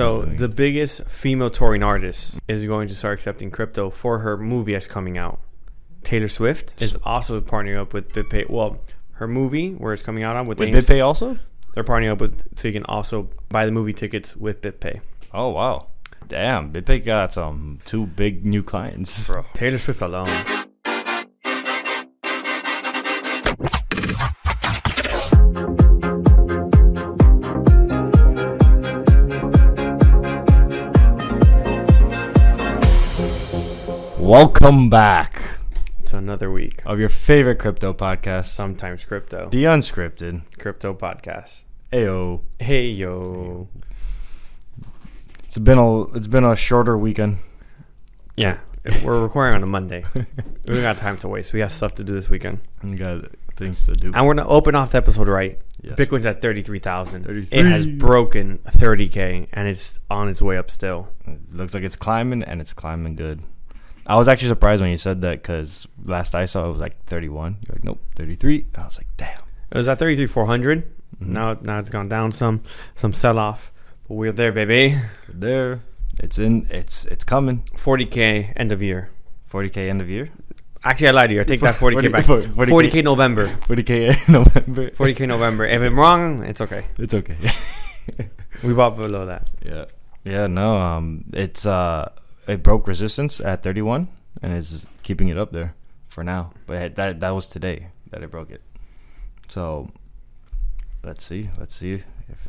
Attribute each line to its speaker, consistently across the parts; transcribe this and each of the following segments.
Speaker 1: So the biggest female touring artist is going to start accepting crypto for her movie that's coming out. Taylor Swift is also partnering up with BitPay. Well, her movie where it's coming out on with,
Speaker 2: With
Speaker 1: names-
Speaker 2: BitPay also?
Speaker 1: They're partnering up with so you can also buy the movie tickets with BitPay.
Speaker 2: Oh wow, damn! BitPay got some two big new clients.
Speaker 1: Taylor Swift alone.
Speaker 2: Welcome back
Speaker 1: It's another week.
Speaker 2: of your favorite crypto podcast,
Speaker 1: Sometimes crypto.
Speaker 2: the Unscripted.
Speaker 1: crypto podcast.
Speaker 2: Ayo,
Speaker 1: Hey yo.
Speaker 2: it's been a it's been a shorter weekend.
Speaker 1: Yeah. We're recording on a Monday. we don't got time to waste. We got stuff to do this weekend.
Speaker 2: We got things to do.
Speaker 1: And we're gonna open off the episode right.
Speaker 2: Yes.
Speaker 1: Bitcoin's at thirty three thousand. It
Speaker 2: 33.
Speaker 1: has broken thirty K and it's on its way up still.
Speaker 2: It looks like it's climbing and it's climbing good. I was actually surprised when you said that because last I saw it was like 31. You're like, nope, 33. I was like, damn.
Speaker 1: It was at thirty three four hundred. Now now it's gone down some some sell off. But we're there, baby.
Speaker 2: There, it's in. It's it's coming.
Speaker 1: Forty K end of year.
Speaker 2: 40k end of year.
Speaker 1: Actually I lied to you. I take that forty K
Speaker 2: 40
Speaker 1: back.
Speaker 2: 40K.
Speaker 1: Forty K November.
Speaker 2: 40k in November.
Speaker 1: Forty K November. If I'm wrong, it's okay.
Speaker 2: It's okay.
Speaker 1: We bought below that.
Speaker 2: yeah. Yeah. No. Um. It's uh. It broke resistance at 31 and it's keeping it up there for now. But that that was today that it broke it. So let's see. Let's see if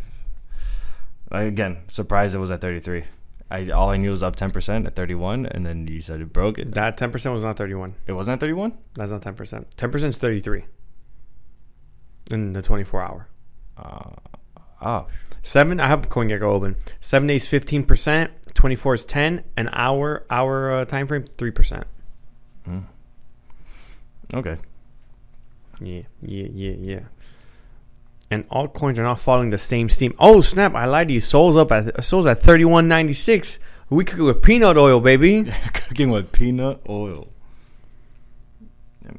Speaker 2: again surprised it was at 33. I all I knew was up 10 percent at 31, and then you said it broke it.
Speaker 1: That ten percent was not thirty one.
Speaker 2: It wasn't at 31.
Speaker 1: That's not ten percent. Ten percent is thirty three. In the twenty four hour.
Speaker 2: Uh, oh,
Speaker 1: Seven. I have CoinGecko open. Seven days, fifteen percent. Twenty four is ten. An hour, hour uh, time frame, three percent.
Speaker 2: okay.
Speaker 1: Yeah, yeah, yeah, yeah. And altcoins are not following the same steam. Oh snap! I lied to you. Souls up at souls at thirty one ninety six. We could go with peanut oil, baby.
Speaker 2: Cooking with peanut oil.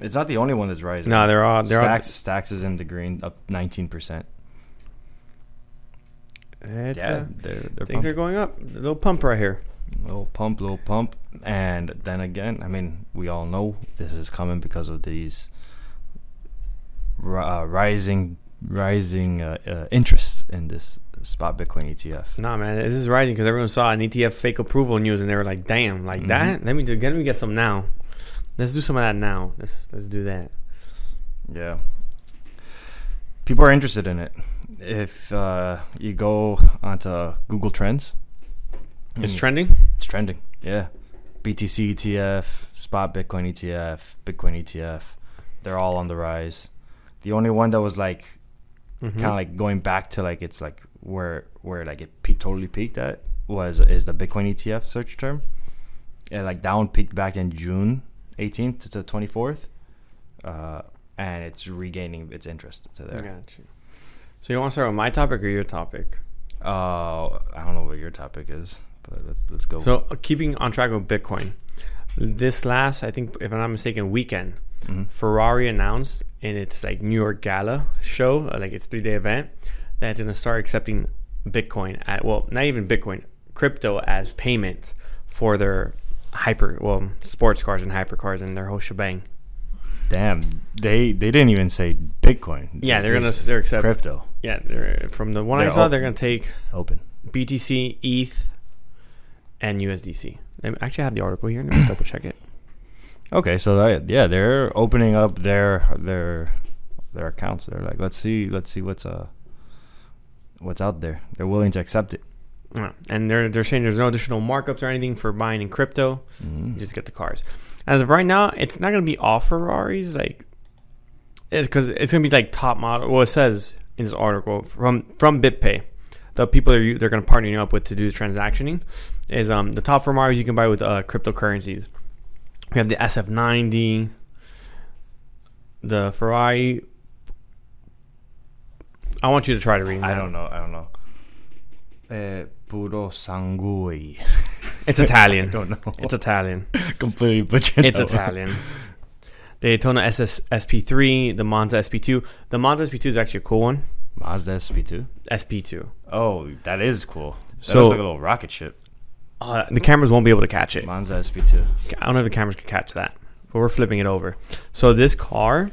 Speaker 2: It's not the only one that's rising.
Speaker 1: no, Uh, they're all they're
Speaker 2: Stacks, Stacks is in the green, up 19%.
Speaker 1: all. It's,
Speaker 2: yeah,
Speaker 1: uh,
Speaker 2: they're, they're
Speaker 1: things are
Speaker 2: pumping.
Speaker 1: going up. Little pump right here.
Speaker 2: Little pump, little pump. And then again, I mean, we all know this is coming because of these ri- uh, rising rising uh, uh, interest in this spot Bitcoin E ETF.
Speaker 1: Nah, man, this is rising because everyone saw an ETF fake approval news, and they were like, "Damn,
Speaker 2: Mm-hmm.
Speaker 1: like that? Let me do, let me get some now. Let's do some of that now. Let's let's do that."
Speaker 2: Yeah. People are interested in it. If uh, you go onto Google Trends,
Speaker 1: It's
Speaker 2: Mm.
Speaker 1: trending.
Speaker 2: It's trending. Yeah. BTC ETF, E spot Bitcoin ETF, Bitcoin ETF. They're all on the rise. The only one that was like
Speaker 1: Hmm? Mm-hmm.
Speaker 2: kind of like going back to like it's like where where like it pe- totally peaked at was is the Bitcoin ETF search term. It like down peaked back in June 18th to the 24th. Uh, and it's regaining its interest to
Speaker 1: I
Speaker 2: there.
Speaker 1: got you. So you want to start with my topic or your topic?
Speaker 2: Uh, I don't know what your topic is, but let's let's go.
Speaker 1: So uh, keeping on track with Bitcoin, this last I think if I'm not mistaken weekend,
Speaker 2: Mhm.
Speaker 1: Ferrari announced in its like New York Gala show, uh, like its three day event, that it's gonna start accepting Bitcoin at well not even Bitcoin crypto as payment for their hyper well sports cars and hypercars and their whole shebang.
Speaker 2: Damn, they they didn't even say Bitcoin.
Speaker 1: Yeah, they're gonna
Speaker 2: Just
Speaker 1: they're accept
Speaker 2: crypto
Speaker 1: yeah they're, from the one I
Speaker 2: They're
Speaker 1: saw
Speaker 2: all-
Speaker 1: they're gonna take
Speaker 2: open.
Speaker 1: BTC, ETH, E and USDC. I actually have the article here. Let me double check it.
Speaker 2: Okay, so that, yeah, they're opening up their their their accounts. They're like, let's see, let's see what's uh what's out there. They're willing to accept it.
Speaker 1: Yeah. And they're they're saying there's no additional markups or anything for buying in crypto. You
Speaker 2: Mhm.
Speaker 1: just get the cars. As of right now, it's not going to be all Ferraris. Like, it's because it's going to be like top model. Well, it says in this article from from BitPay, the people they're u- they're going to partner up with to do the transactioning is um the top Ferraris you can buy with uh, cryptocurrencies. We have the SF90, the Ferrari. I want you to try to read.
Speaker 2: I
Speaker 1: that.
Speaker 2: don't know. I don't know. Eh, puro sangue.
Speaker 1: It's Italian.
Speaker 2: I don't know.
Speaker 1: It's Italian.
Speaker 2: completely butchered.
Speaker 1: It's
Speaker 2: that one.
Speaker 1: Italian. Oh. Daytona SS, SP3, the Monza SP2. The Monza SP2 is actually a cool one.
Speaker 2: Mazda SP2.
Speaker 1: SP2.
Speaker 2: Oh, that is cool. That looks
Speaker 1: So
Speaker 2: like a little rocket ship.
Speaker 1: uh, the cameras won't be able to catch it.
Speaker 2: Monza SP2.
Speaker 1: I don't know if the cameras could catch that, but we're flipping it over. So this car,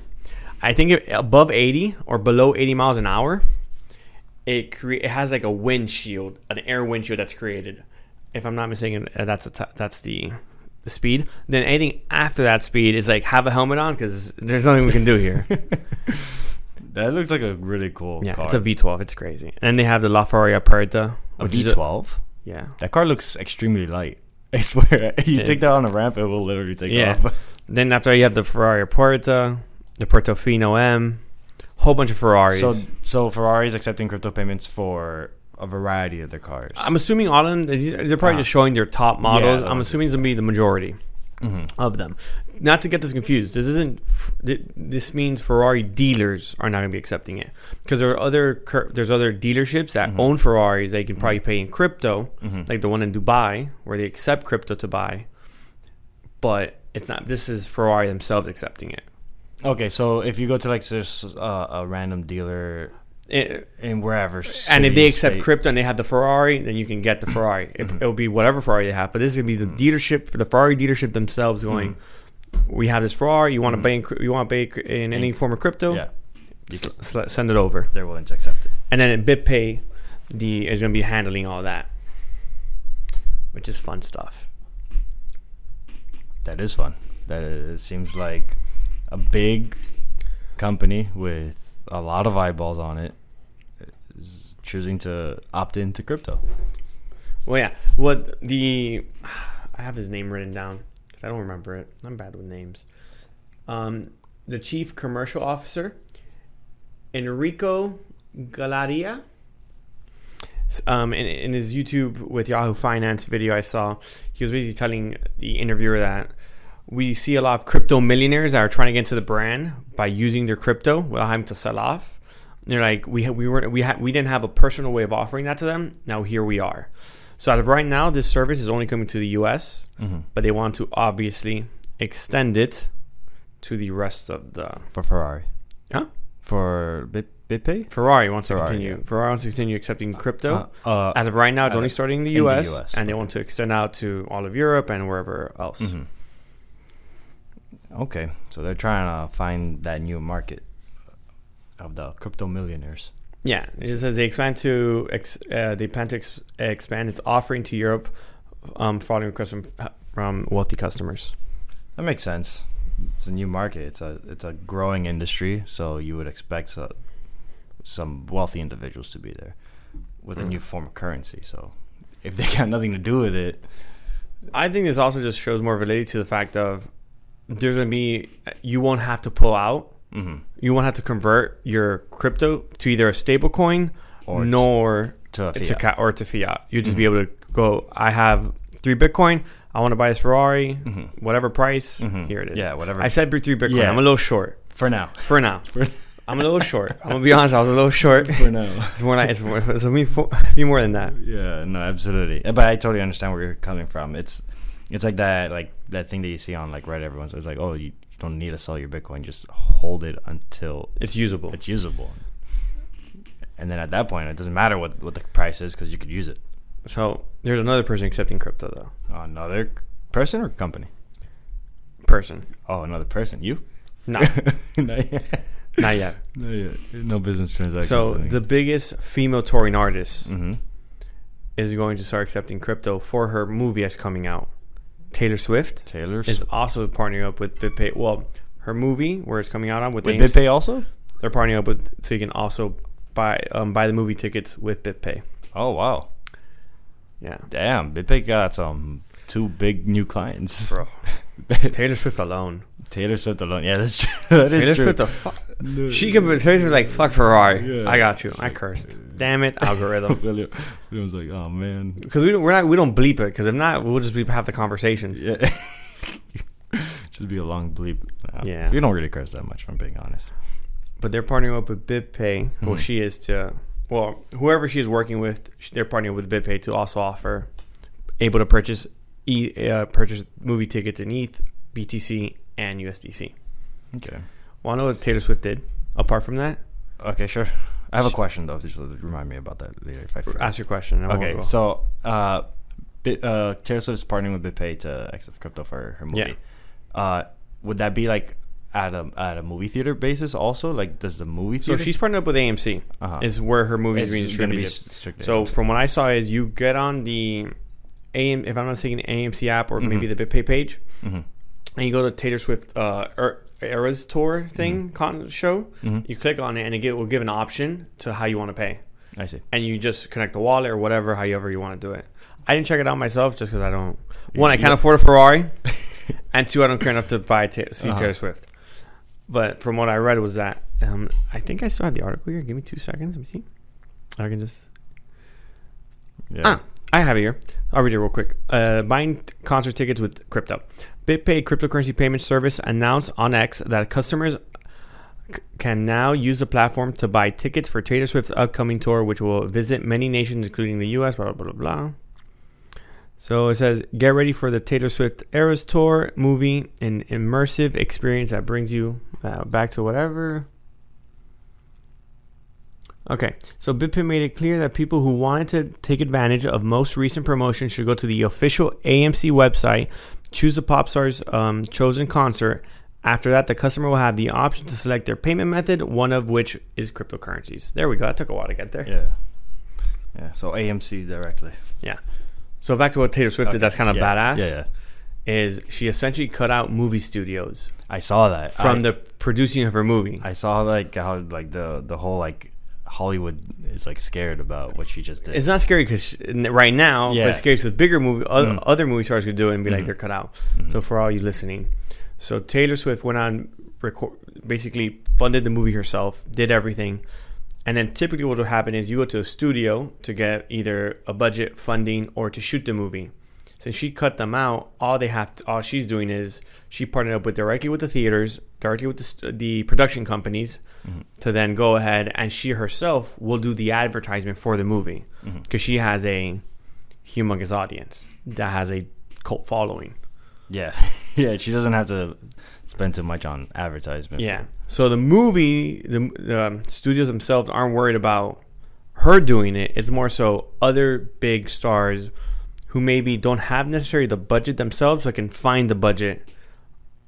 Speaker 1: I think it, above 80 or below 80 miles an hour, it cre- it has like a windshield, an air windshield that's created. If I'm not mistaken, uh, that's a t- that's the the speed. Then anything after that speed is like have a helmet on because there's nothing we can do here.
Speaker 2: That looks like a really cool
Speaker 1: yeah,
Speaker 2: car.
Speaker 1: it's a V12. It's crazy. And they have the LaFerrari Aperta,
Speaker 2: A
Speaker 1: which is a-
Speaker 2: V12.
Speaker 1: yeah.
Speaker 2: That car looks extremely light. I swear, you
Speaker 1: Yeah.
Speaker 2: take that on a ramp, it will literally take
Speaker 1: Yeah.
Speaker 2: off.
Speaker 1: Then after you have the Ferrari Aperta, the Portofino M, whole bunch of Ferraris.
Speaker 2: So, so Ferrari's accepting crypto payments for a variety of their cars.
Speaker 1: I'm assuming all of them. These, they're probably
Speaker 2: Ah.
Speaker 1: just showing their top models.
Speaker 2: the
Speaker 1: I'm
Speaker 2: ones
Speaker 1: assuming it's gonna be the majority
Speaker 2: Mhm.
Speaker 1: of them. Not to get this confused, this isn't. f- th- This means Ferrari dealers are not gonna be accepting it because there are other cur- there's other dealerships that
Speaker 2: Mhm.
Speaker 1: own Ferraris that you can probably pay in crypto,
Speaker 2: Mhm.
Speaker 1: like the one in Dubai where they accept crypto to buy, but it's not. This is Ferrari themselves accepting it.
Speaker 2: Okay, so if you go to like this uh, a random dealer
Speaker 1: It-
Speaker 2: in wherever,
Speaker 1: Eh, and if they
Speaker 2: city,
Speaker 1: accept
Speaker 2: state-
Speaker 1: crypto and they have the Ferrari, then you can get the Ferrari. It, It'll be whatever Ferrari they have, but this is gonna be the dealership for the Ferrari dealership themselves going. We have this Ferrari. You want to
Speaker 2: Mhm.
Speaker 1: pay in, cr- you want to pay cr- in any form of crypto?
Speaker 2: yeah, you
Speaker 1: S- s- send it over,
Speaker 2: they're willing to accept it.
Speaker 1: and then at BitPay, the is gonna be handling all that, which is fun stuff.
Speaker 2: That is fun. That is, it seems like a big company with a lot of eyeballs on it is choosing to opt into crypto.
Speaker 1: Well, yeah. What the? I have his name written down 'cause I don't remember it. I'm bad with names. Um, the chief commercial officer, Enrico Galaria. S- Um, in, in his YouTube with Yahoo Finance video, I saw he was basically telling the interviewer that we see a lot of crypto millionaires that are trying to get into the brand by using their crypto without having to sell off. And they're like, we ha- we weren't we had we didn't have a personal way of offering that to them. Now here we are. So as of right now, this service is only coming to the U.S.,
Speaker 2: Mm-hmm.
Speaker 1: but they want to obviously extend it to the rest of the
Speaker 2: For Ferrari.
Speaker 1: Huh?
Speaker 2: For Bit BitPay?
Speaker 1: Ferrari wants
Speaker 2: Ferrari,
Speaker 1: to continue.
Speaker 2: yeah.
Speaker 1: Ferrari wants to continue accepting crypto.
Speaker 2: Uh, uh,
Speaker 1: as of right now, it's
Speaker 2: uh,
Speaker 1: only starting in the
Speaker 2: in the
Speaker 1: U.S.,
Speaker 2: US,
Speaker 1: and they want to extend out to all of Europe and wherever else.
Speaker 2: mhm. Okay, so they're trying to find that new market of the crypto millionaires.
Speaker 1: Yeah, it just says they expand to ex, uh, they plan to ex, expand its offering to Europe, um, following requests from, from wealthy customers.
Speaker 2: That makes sense. It's a new market. It's a it's a growing industry, so you would expect so- some wealthy individuals to be there with a new form of currency. So if they got nothing to do with it,
Speaker 1: I think this also just shows more validity to the fact of there's gonna be you won't have to pull out,
Speaker 2: mhm,
Speaker 1: you won't have to convert your crypto to either a stable coin
Speaker 2: Or t-
Speaker 1: nor
Speaker 2: to a
Speaker 1: to
Speaker 2: fiat. Mm-hmm.
Speaker 1: ca- or to fiat. You'll just be able to go. I have three Bitcoin. I want to buy this Ferrari,
Speaker 2: Mhm.
Speaker 1: whatever price.
Speaker 2: Mhm.
Speaker 1: Here it is.
Speaker 2: Yeah, whatever.
Speaker 1: I said three Bitcoin.
Speaker 2: Yeah.
Speaker 1: I'm a little short
Speaker 2: for now.
Speaker 1: for now. I'm a little short. I'm gonna be honest. I was a little short.
Speaker 2: For now.
Speaker 1: It's more like it's more, it's a few fo- few more than that.
Speaker 2: Yeah, no, absolutely. Uh, But I totally understand where you're coming from. It's it's like that like that thing that you see on like Reddit. Everyone's always like, oh, you don't need to sell your Bitcoin. Just hold it until
Speaker 1: It's usable.
Speaker 2: it's usable. And then at that point, it doesn't matter what, what the price is because you could use it.
Speaker 1: So there's another person accepting crypto though.
Speaker 2: Another person or company?
Speaker 1: Person,
Speaker 2: Oh, another person. You?
Speaker 1: no,
Speaker 2: not yet.
Speaker 1: not yet.
Speaker 2: Not yet. No business transactions.
Speaker 1: So the biggest female touring artist
Speaker 2: hmm
Speaker 1: is going to start accepting crypto for her movie that's coming out. Taylor Swift
Speaker 2: Taylor
Speaker 1: is
Speaker 2: Swift.
Speaker 1: also partnering up with BitPay. Well, her movie where it's coming out on with,
Speaker 2: With
Speaker 1: names-
Speaker 2: BitPay also?
Speaker 1: They're partnering up with so you can also buy um, buy the movie tickets with BitPay.
Speaker 2: Oh, wow.
Speaker 1: Yeah,
Speaker 2: Damn, BitPay got some um, two big new clients.
Speaker 1: bro. Taylor Swift alone.
Speaker 2: Taylor Swift alone. Yeah, that's true. that is
Speaker 1: Taylor
Speaker 2: true.
Speaker 1: Swift, the fuck. She could be Taylor Swift like fuck Ferrari.
Speaker 2: Yeah.
Speaker 1: I got you.
Speaker 2: She's
Speaker 1: I
Speaker 2: like,
Speaker 1: cursed. Damn it, algorithm.
Speaker 2: William, William was like, oh, man.
Speaker 1: Because we don't, we're not we don't bleep it. Because if not, we'll just bleep half the conversations.
Speaker 2: Yeah. Should be a long bleep. Nah,
Speaker 1: Yeah.
Speaker 2: We don't really curse that much, if I'm being honest.
Speaker 1: But they're partnering up with BitPay. Well,
Speaker 2: Mhm.
Speaker 1: she is to well whoever she is working with. sh- They're partnering with BitPay to also offer able to purchase e uh, purchase movie tickets in E ETH, BTC, and USDC.
Speaker 2: Okay.
Speaker 1: Well, I know what Taylor Swift did. Apart from that,
Speaker 2: Okay, sure. I have a question though. Just remind me about that later if I forget.
Speaker 1: Ask your question. and I won't
Speaker 2: Okay,
Speaker 1: go.
Speaker 2: so uh, Bi- uh, Taylor Swift's partnering with BitPay to accept crypto for her movie. Uh, would that be like at a at a movie theater basis also? Like, does the movie
Speaker 1: so
Speaker 2: theater?
Speaker 1: she's partnered up with AMC.
Speaker 2: Uh-huh.
Speaker 1: Is where her movies
Speaker 2: It's
Speaker 1: being
Speaker 2: gonna be
Speaker 1: distributed.
Speaker 2: strictly
Speaker 1: so
Speaker 2: AMC.
Speaker 1: from what I saw is you get on the AM if I'm not mistaken AMC app
Speaker 2: Mm-hmm.
Speaker 1: or maybe the BitPay page,
Speaker 2: Mhm.
Speaker 1: and you go to Taylor Swift uh, er, Eras Tour thing con- show. You click on it and it get, will give an option to how you want to pay,
Speaker 2: I see.
Speaker 1: and you just connect the wallet or whatever, however you want to do it. I didn't check it out myself just because I don't. One, I can't afford a Ferrari, and two, I don't care enough to buy ta- see Taylor Swift. But from what I read was that um, I think I still have the article here. Give me two seconds. Let me see. I can just.
Speaker 2: Yeah.
Speaker 1: Ah, I have it here. I'll read it real quick. Uh, buying t- concert tickets with crypto. BitPay cryptocurrency payment service announced on X that customers c- can now use the platform to buy tickets for Taylor Swift's upcoming tour, which will visit many nations, including the U.S. Blah blah blah blah. So it says, get ready for the Taylor Swift Eras Tour movie, an immersive experience that brings you uh, back to whatever. Okay, so BitPay made it clear that people who wanted to take advantage of most recent promotions should go to the official AMC website, choose the pop star's um, chosen concert. After that, the customer will have the option to select their payment method, one of which is cryptocurrencies. There we go. That took a while to get there.
Speaker 2: Yeah. Yeah. So AMC directly.
Speaker 1: Yeah. So back to what Taylor Swift did. That's kind of
Speaker 2: Yeah,
Speaker 1: badass.
Speaker 2: Yeah, yeah.
Speaker 1: Is she essentially cut out movie studios
Speaker 2: I saw that
Speaker 1: from
Speaker 2: I,
Speaker 1: the producing of her movie?
Speaker 2: I saw like how like the the whole like Hollywood is like scared about what she just did.
Speaker 1: it's not scary because right now, but
Speaker 2: Yeah. Mm. Mm-hmm.
Speaker 1: it's scary because bigger movie, other, other movie stars could do it and be like they're cut out. So for all you listening, so Taylor Swift went on record, basically funded the movie herself, did everything, and then typically what will happen is you go to a studio to get either a budget funding or to shoot the movie. Since she cut them out, all they have, to, all she's doing is she partnered up with directly with the theaters, directly with the, st- the production companies, to then go ahead and she herself will do the advertisement for the movie
Speaker 2: Mm-hmm.
Speaker 1: because she has a humongous audience that has a cult following.
Speaker 2: yeah, yeah. She doesn't have to spend too much on advertisement.
Speaker 1: Yeah. So the movie, the the, um, studios themselves aren't worried about her doing it. It's more so other big stars who maybe don't have necessarily the budget themselves, but can find the budget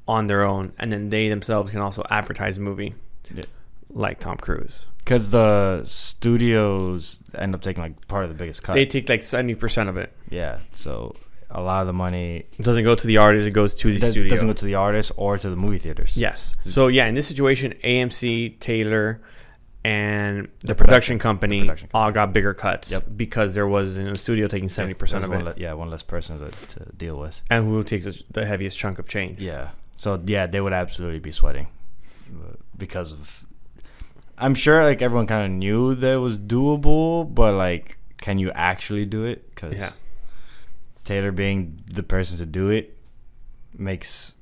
Speaker 1: on their own, and then they themselves can also advertise the movie,
Speaker 2: Yeah.
Speaker 1: like Tom Cruise.
Speaker 2: Because the studios end up taking like part of the biggest cut.
Speaker 1: They take like seventy percent of it.
Speaker 2: yeah, so a lot of the money
Speaker 1: It doesn't go to the artist; it goes to the
Speaker 2: does,
Speaker 1: studio.
Speaker 2: doesn't go to the artist or to the movie theaters.
Speaker 1: Yes. So yeah, in this situation, AMC, Taylor, and the,
Speaker 2: The
Speaker 1: production,
Speaker 2: production-
Speaker 1: company
Speaker 2: the production
Speaker 1: all got bigger cuts
Speaker 2: Yep.
Speaker 1: because there was a studio taking seventy percent
Speaker 2: There's
Speaker 1: of
Speaker 2: one
Speaker 1: it,
Speaker 2: le- yeah, one less person to, to deal with.
Speaker 1: and who takes the- the heaviest chunk of change?
Speaker 2: Yeah, so yeah, they would absolutely be sweating uh, because of. I'm sure like everyone kind of knew that it was doable, but like, can you actually do it? Because
Speaker 1: Yeah.
Speaker 2: Taylor being the person to do it makes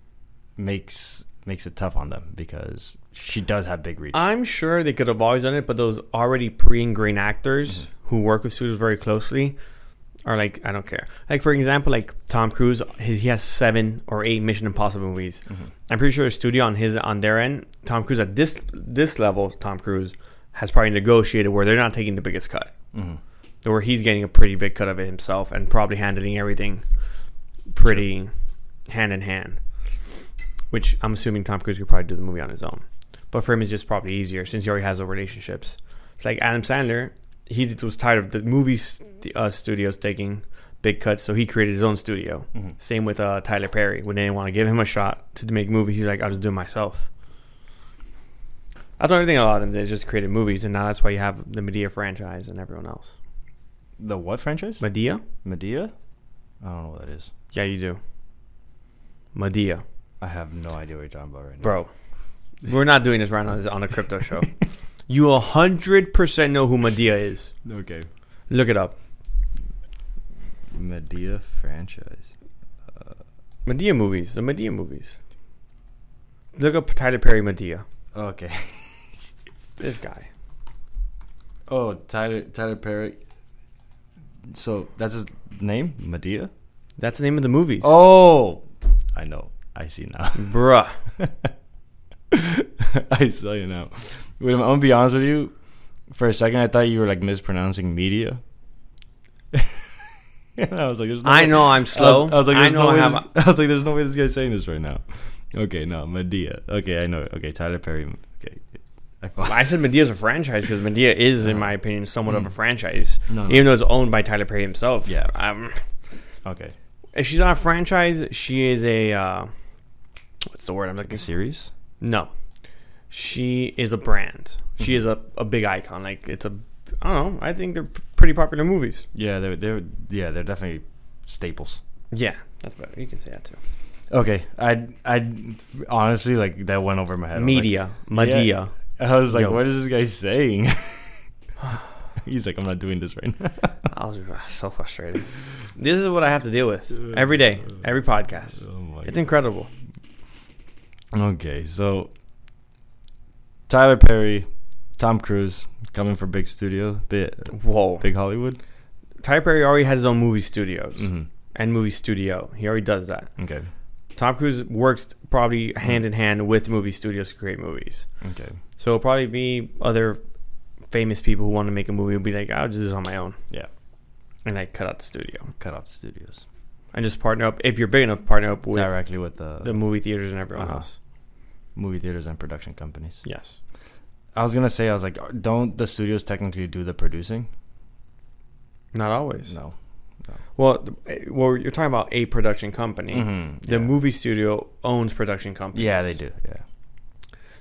Speaker 2: makes makes it tough on them because she does have big reach.
Speaker 1: I'm sure they could have always done it, but those already pre-ingrained actors who work with studios very closely are like, I don't care. Like for example, like Tom Cruise, his, he has seven or eight Mission Impossible movies. I'm pretty sure a studio on his on their end, Tom Cruise at this this level, Tom Cruise has probably negotiated where they're not taking the biggest cut,
Speaker 2: Mm-hmm.
Speaker 1: where he's getting a pretty big cut of it himself, and probably handling everything pretty hand in hand. Which I'm assuming Tom Cruise could probably do the movie on his own. But for him, it's just probably easier since he already has those relationships. It's like Adam Sandler, he just was tired of the movie st- uh, studios taking big cuts, so he created his own studio.
Speaker 2: Mm-hmm.
Speaker 1: Same with uh, Tyler Perry. When they didn't want to give him a shot to make movies, he's like, I'll just do it myself. That's the only thing a lot of them did, is just created movies, and now that's why you have the Medea franchise and everyone else.
Speaker 2: the what franchise?
Speaker 1: Medea?
Speaker 2: Medea? I don't know what that is.
Speaker 1: Yeah, you do. Medea.
Speaker 2: I have no idea what you're talking about right now.
Speaker 1: Bro, we're not doing this right now. This is on a crypto show. You 100% know who Medea is.
Speaker 2: Okay.
Speaker 1: Look it up.
Speaker 2: Medea franchise.
Speaker 1: Medea movies. The Medea movies. Look up Tyler Perry Medea.
Speaker 2: Okay.
Speaker 1: This guy.
Speaker 2: Oh, Tyler Tyler Perry. So that's his name, Medea.
Speaker 1: That's the name of the movies.
Speaker 2: Oh, I know. I see now.
Speaker 1: Bruh.
Speaker 2: I saw you now. Wait, I'm gonna be honest with you. For a second, I thought you were like mispronouncing media. and I was like, "There's no
Speaker 1: I
Speaker 2: way-
Speaker 1: know I'm slow. I,
Speaker 2: I was, I was like, "There's
Speaker 1: know
Speaker 2: no
Speaker 1: I
Speaker 2: way
Speaker 1: have.
Speaker 2: this- I was like, "There's no way this guy's saying this right now." Okay, no, Medea. Okay, I know. it. Okay, Tyler Perry. Okay, I follow.
Speaker 1: I said Medea's a franchise because Medea is, in my opinion, somewhat of a franchise,
Speaker 2: Uh-huh. Mm. No, no.
Speaker 1: even though it's owned by Tyler Perry himself.
Speaker 2: Yeah.
Speaker 1: Um,
Speaker 2: Okay,
Speaker 1: if she's not a franchise, she is a. Uh, what's the word I'm looking?
Speaker 2: series.
Speaker 1: No, she is a brand. She is a, a big icon. Like it's a. I don't know. I think they're p- pretty popular movies.
Speaker 2: Yeah, they're they're yeah they're definitely staples.
Speaker 1: Yeah, that's better. You can say that too.
Speaker 2: Okay, I I honestly like that went over my head. I was like-
Speaker 1: Media, Medea.
Speaker 2: I was like,
Speaker 1: Yo.
Speaker 2: what is this guy saying? He's like, I'm not doing this right now.
Speaker 1: I was uh, so frustrated. this is what I have to deal with every day, every podcast.
Speaker 2: Oh my
Speaker 1: It's incredible.
Speaker 2: Okay, so Tyler Perry, Tom Cruise coming for big studio, big,
Speaker 1: Whoa.
Speaker 2: big Hollywood.
Speaker 1: Tyler Perry already has his own movie studios
Speaker 2: Mhm.
Speaker 1: and movie studio. He already does that.
Speaker 2: Okay,
Speaker 1: Tom Cruise works probably hand in hand with movie studios to create movies.
Speaker 2: okay,
Speaker 1: So it'll probably be other famous people who want to make a movie will be like, I'll just do this on my own.
Speaker 2: Yeah.
Speaker 1: And like cut out the studio
Speaker 2: cut out studios
Speaker 1: and just partner up. If you're big enough, partner up with
Speaker 2: directly with the,
Speaker 1: the movie theaters and everyone
Speaker 2: Uh-huh.
Speaker 1: else.
Speaker 2: movie theaters and production companies.
Speaker 1: Yes.
Speaker 2: I was gonna say, I was like, don't the studios technically do the producing?
Speaker 1: Not always.
Speaker 2: No.
Speaker 1: Well, th- eh, well, you're talking about a production company.
Speaker 2: Mhm,
Speaker 1: The
Speaker 2: yeah.
Speaker 1: movie studio owns production companies.
Speaker 2: Yeah, they do. Yeah.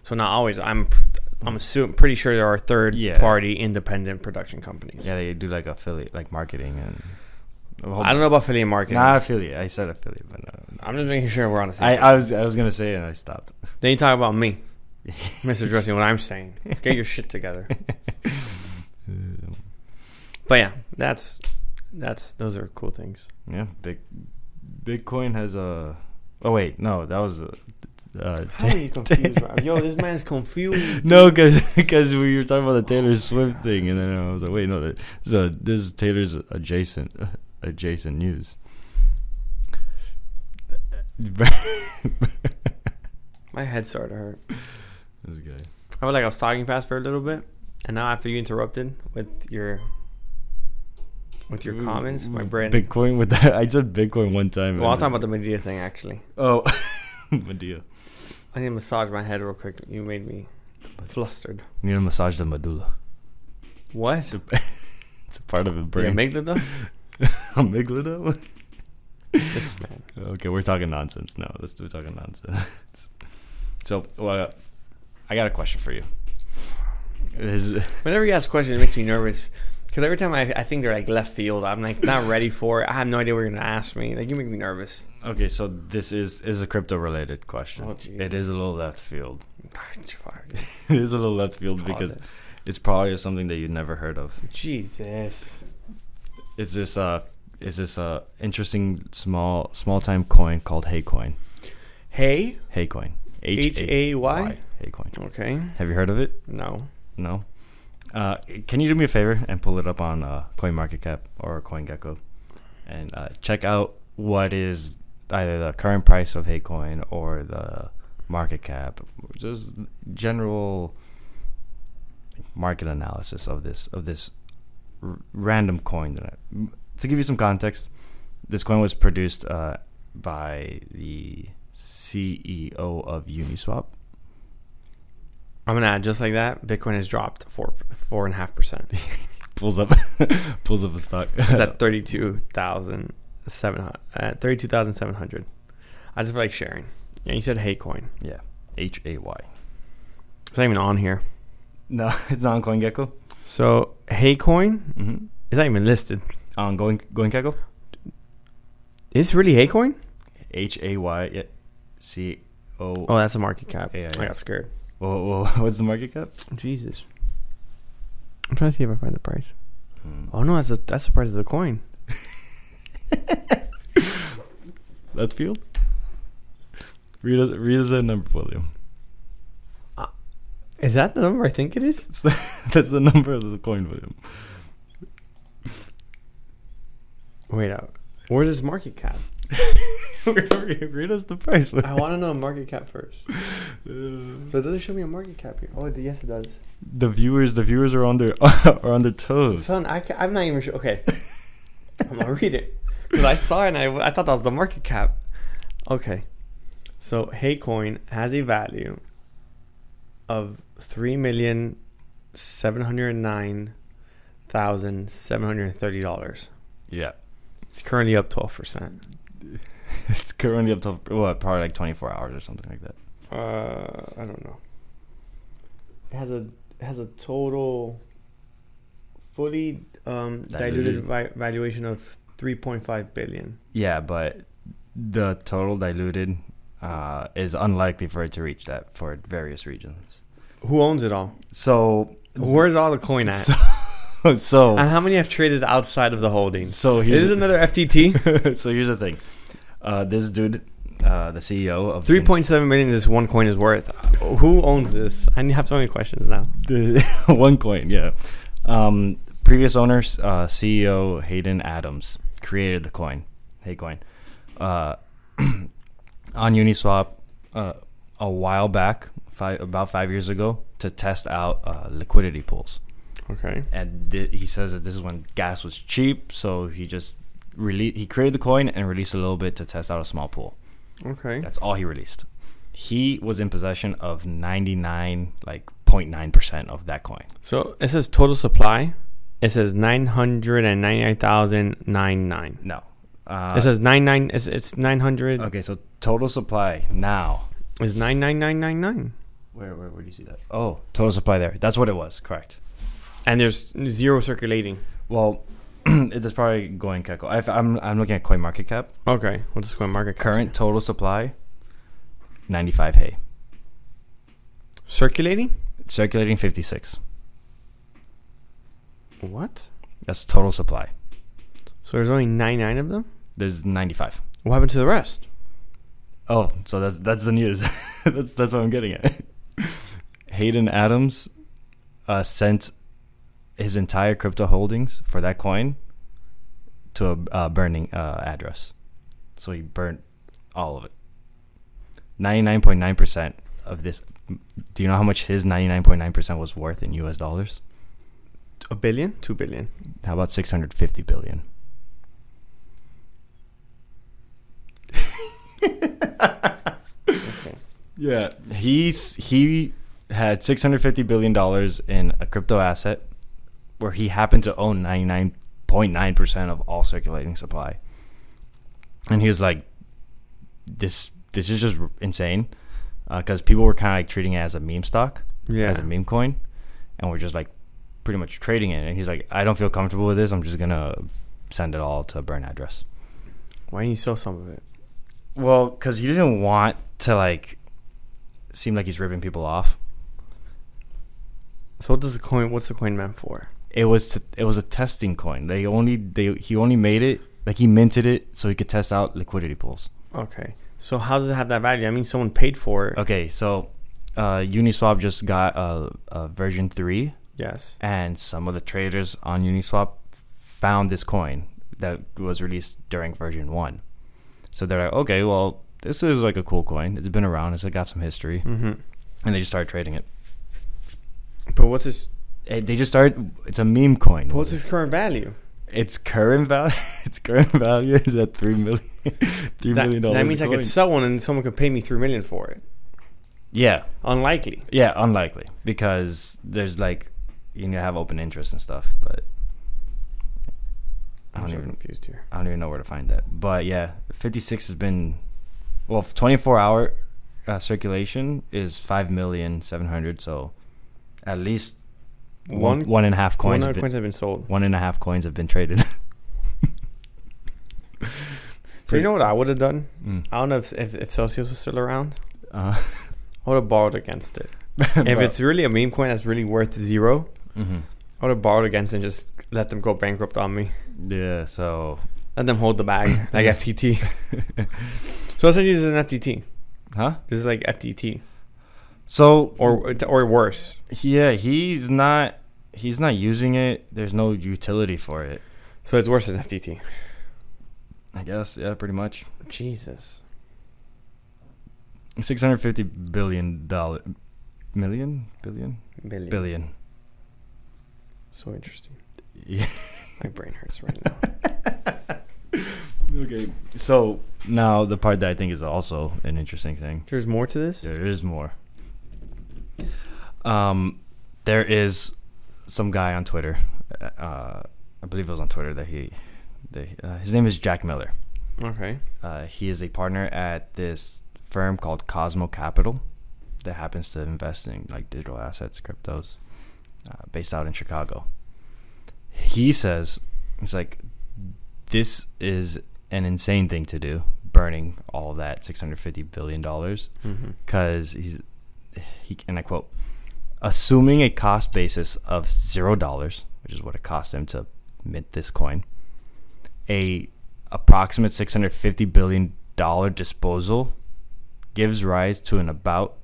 Speaker 1: So not always. I'm pr- I'm assuming pretty sure there are third
Speaker 2: Yeah.
Speaker 1: party independent production companies.
Speaker 2: Yeah, they do like affiliate, like marketing and. a whole
Speaker 1: I don't know about affiliate marketing.
Speaker 2: Not affiliate. I said affiliate, but no.
Speaker 1: I'm just making sure we're on the same.
Speaker 2: I,
Speaker 1: page.
Speaker 2: I was I was gonna say it and I stopped.
Speaker 1: then you talk about me, Mr. Dressing. What I'm saying. Get your shit together. But yeah, that's that's those are cool things.
Speaker 2: Yeah, big Bitcoin has a. Oh wait, no, that was. uh, Uh,
Speaker 1: How are you confused? bro? Yo, this man's confused.
Speaker 2: no, because we were talking about the Taylor Swift thing, and then I was like, wait, no, that- this is, a, this is Taylor's adjacent adjacent news.
Speaker 1: My head started to hurt.
Speaker 2: this guy.
Speaker 1: I was like, I was talking fast for a little bit, and now after you interrupted with your with your comments, my brain.
Speaker 2: Bitcoin with that. I said Bitcoin one time.
Speaker 1: Well, I'll
Speaker 2: and
Speaker 1: talk about the media thing actually.
Speaker 2: Oh, Medea.
Speaker 1: I need to massage my head real quick. You made me flustered.
Speaker 2: You need to massage the medulla.
Speaker 1: What?
Speaker 2: It's a part of the
Speaker 1: The
Speaker 2: brain.
Speaker 1: amygdala?
Speaker 2: Amygdala?
Speaker 1: this man.
Speaker 2: okay, we're talking nonsense now. Let's we're talking nonsense. so, well, I got a question for you. Is-
Speaker 1: Whenever you ask questions, it makes me nervous. Because every time I, I think they're like left field, I'm like not ready for it. I have no idea what you're going to ask me. Like, you make me nervous.
Speaker 2: okay, so this is is a crypto related question.
Speaker 1: Oh, jeez.
Speaker 2: it is a little left field.
Speaker 1: God, you fuck.
Speaker 2: it is a little left field
Speaker 1: Called
Speaker 2: because
Speaker 1: it.
Speaker 2: it's probably something that you've never heard of.
Speaker 1: Jesus.
Speaker 2: It's this uh is this uh interesting small small time coin called Haycoin.
Speaker 1: Hey?
Speaker 2: Haycoin.
Speaker 1: H-A-Y?
Speaker 2: Haycoin.
Speaker 1: Okay.
Speaker 2: Have you heard of it?
Speaker 1: No.
Speaker 2: No. Uh, can you do me a favor and pull it up on uh, CoinMarketCap or CoinGecko and uh, check out what is either the current price of Haycoin or the market cap, just general market analysis of this of this r- random coin. That I, to give you some context, this coin was produced uh, by the CEO of Uniswap.
Speaker 1: I'm going to add just like that Bitcoin has dropped 4 4.5%. It's
Speaker 2: pulls up pulls up a stock.
Speaker 1: at 32,700. Uh, 32,700. I just feel like sharing. And you said Hey Coin.
Speaker 2: yeah. H A Y.
Speaker 1: It's not even on here.
Speaker 2: No, it's not on CoinGecko.
Speaker 1: So, Hey Coin
Speaker 2: Mm-hmm.
Speaker 1: is not even listed.
Speaker 2: On Oh, going CoinGecko.
Speaker 1: Is this really Hey Coin?
Speaker 2: H A Y C O.
Speaker 1: Oh, that's a market cap.
Speaker 2: Yeah, yeah.
Speaker 1: I got scared.
Speaker 2: Whoa, whoa, What's the market cap?
Speaker 1: Jesus. I'm trying to see if I find the price.
Speaker 2: Hmm.
Speaker 1: Oh no, that's the that's the price of the coin.
Speaker 2: Left field. Read us, read us that number, William.
Speaker 1: Uh, Is that the number I think it is?
Speaker 2: It's the, that's the number of the coin, William.
Speaker 1: Wait out. Where's his market cap?
Speaker 2: read us the price.
Speaker 1: I want to know market cap first. So it doesn't show me a market cap here. Oh, it- yes, it does.
Speaker 2: The viewers, the viewers are on their are on their toes.
Speaker 1: Son, I, ca- I'm not even sure. Okay. I'm going to read it. Because I saw it and I, I thought that was the market cap. Okay. So, Haycoin has a value of 3,709,730. dollars.
Speaker 2: Yeah,
Speaker 1: It's currently up 12%.
Speaker 2: it's currently up to what probably like 24 hours or something like that.
Speaker 1: Uh, I don't know. It has a it has a total fully um, diluted
Speaker 2: Diluted.
Speaker 1: vi- valuation of 3.5 billion.
Speaker 2: Yeah, but the total diluted uh, is unlikely for it to reach that for various regions.
Speaker 1: Who owns it all?
Speaker 2: So
Speaker 1: Where's all the coin at?
Speaker 2: so so,
Speaker 1: and how many have traded outside of the holdings?
Speaker 2: so
Speaker 1: This is
Speaker 2: here's
Speaker 1: another FTT.
Speaker 2: so here's the thing. Uh, this dude, uh, the CEO of
Speaker 1: 3.7 million this one coin is worth. Who owns this? I have so many questions now.
Speaker 2: the one coin yeah um, previous owners uh, ceo hayden adams created the coin haycoin uh, on uniswap uh, a while back five, about five years ago to test out uh, liquidity pools
Speaker 1: Okay.
Speaker 2: and th- he says that this is when gas was cheap so he just rele- he created the coin and released a little bit to test out a small pool
Speaker 1: Okay.
Speaker 2: that's all he released he was in possession of 99 like 0.9% of that coin
Speaker 1: So it says total supply. It says 999,099.
Speaker 2: No. Uh,
Speaker 1: It says 99. It's, it's 900.
Speaker 2: okay, so total supply now.
Speaker 1: Is nine nine nine nine nine,
Speaker 2: Where, where where do you see that? Oh, total supply there. That's what it was. Correct.
Speaker 1: and there's zero circulating.
Speaker 2: Well, it's probably going Keko. If I'm I'm looking at coin market cap.
Speaker 1: Okay, we'll just go and market cap.
Speaker 2: Current total supply, ninety five hay.
Speaker 1: circulating.
Speaker 2: Circulating fifty six.
Speaker 1: What?
Speaker 2: That's total supply.
Speaker 1: So there's only nine nine of them.
Speaker 2: There's ninety five.
Speaker 1: What happened to the rest?
Speaker 2: Oh, so that's that's the news. that's that's what I'm getting at. Hayden Adams uh, sent his entire crypto holdings for that coin to a uh, burning uh, address. So he burnt all of it. Ninety nine point nine percent of this. Do you know how much his ninety nine point nine percent was worth in U.S. dollars?
Speaker 1: A billion, two billion.
Speaker 2: How about six hundred fifty billion?
Speaker 1: Okay.
Speaker 2: Yeah, he's he had six hundred fifty billion dollars in a crypto asset, where he happened to own ninety nine point nine percent of all circulating supply, and he was like, "This this is just insane," because people were kind of like treating it as a meme stock, as
Speaker 1: Yeah.
Speaker 2: a meme coin, and we're just like pretty much trading it. And he's like, "I don't feel comfortable with this. I'm just gonna send it all to a burn address."
Speaker 1: Why didn't you sell some of it?
Speaker 2: Well, because he didn't want to like seem like he's ripping people off.
Speaker 1: So what does the coin? What's the coin meant for?
Speaker 2: It was to, it was a testing coin. They only they he only made it like he minted it so he could test out liquidity pools.
Speaker 1: Okay. So how does it have that value? I mean, someone paid for it.
Speaker 2: Okay, so uh, Uniswap just got a, a version three,
Speaker 1: Yes.
Speaker 2: and some of the traders on Uniswap found this coin that was released during version one. So they're like, okay, well, this is like a cool coin. It's been around. It's got some history,
Speaker 1: hmm
Speaker 2: and they just started trading it.
Speaker 1: But what's its
Speaker 2: Eh, They just started. It's a meme coin.
Speaker 1: what's its current value?
Speaker 2: Its current value. Its current value is at three million. Three
Speaker 1: That,
Speaker 2: million dollars.
Speaker 1: that means
Speaker 2: a
Speaker 1: I
Speaker 2: coin.
Speaker 1: could sell one and someone could pay me three million for it.
Speaker 2: Yeah,
Speaker 1: Unlikely.
Speaker 2: yeah. Unlikely because there's like you need to have open interest and stuff, but I
Speaker 1: I'm
Speaker 2: don't
Speaker 1: so
Speaker 2: even.
Speaker 1: confused here.
Speaker 2: I don't even know where to find that. But yeah, 56 has been. Well, 24 hour uh, circulation is five million seven hundred. So at least one
Speaker 1: One-
Speaker 2: one and a half
Speaker 1: One
Speaker 2: coins. have
Speaker 1: other
Speaker 2: been-
Speaker 1: coins have been sold.
Speaker 2: one and a half coins have been traded.
Speaker 1: So you know what I would have done?
Speaker 2: Mm.
Speaker 1: I don't know if, if, if Celsius is still around.
Speaker 2: Uh,
Speaker 1: I would have borrowed against it. if it's mm-hmm. really a meme coin that's really worth zero,
Speaker 2: hmm
Speaker 1: I would have borrowed against it and just let them go bankrupt on me.
Speaker 2: Yeah, so
Speaker 1: Let them hold the bag like FTT. so essentially, this is an FTT.
Speaker 2: huh?
Speaker 1: This is like FTT
Speaker 2: So
Speaker 1: or or worse.
Speaker 2: yeah, he's not he's not using it. There's no utility for it.
Speaker 1: So it's worse than FTT.
Speaker 2: I guess yeah, pretty much.
Speaker 1: Jesus.
Speaker 2: six hundred fifty billion dollar million billion
Speaker 1: Billion.
Speaker 2: billion.
Speaker 1: So interesting.
Speaker 2: Yeah.
Speaker 1: My brain hurts right now.
Speaker 2: Okay. So now the part that I think is also an interesting thing.
Speaker 1: There's more to this.
Speaker 2: There is more. Um, there is some guy on Twitter. Uh, I believe it was on Twitter that he, that he- uh, his name is Jack Miller.
Speaker 1: Okay.
Speaker 2: Uh, he is a partner at this firm called Cosmo Capital that happens to invest in like digital assets, cryptos, uh, based out in Chicago. He says, he's like, this is an insane thing to do, burning all that $650 billion
Speaker 1: Mm-hmm.
Speaker 2: because he's he and I quote, assuming a cost basis of zero dollars, which is what it cost him to mint this coin, a approximate six hundred fifty billion dollar disposal gives rise to an about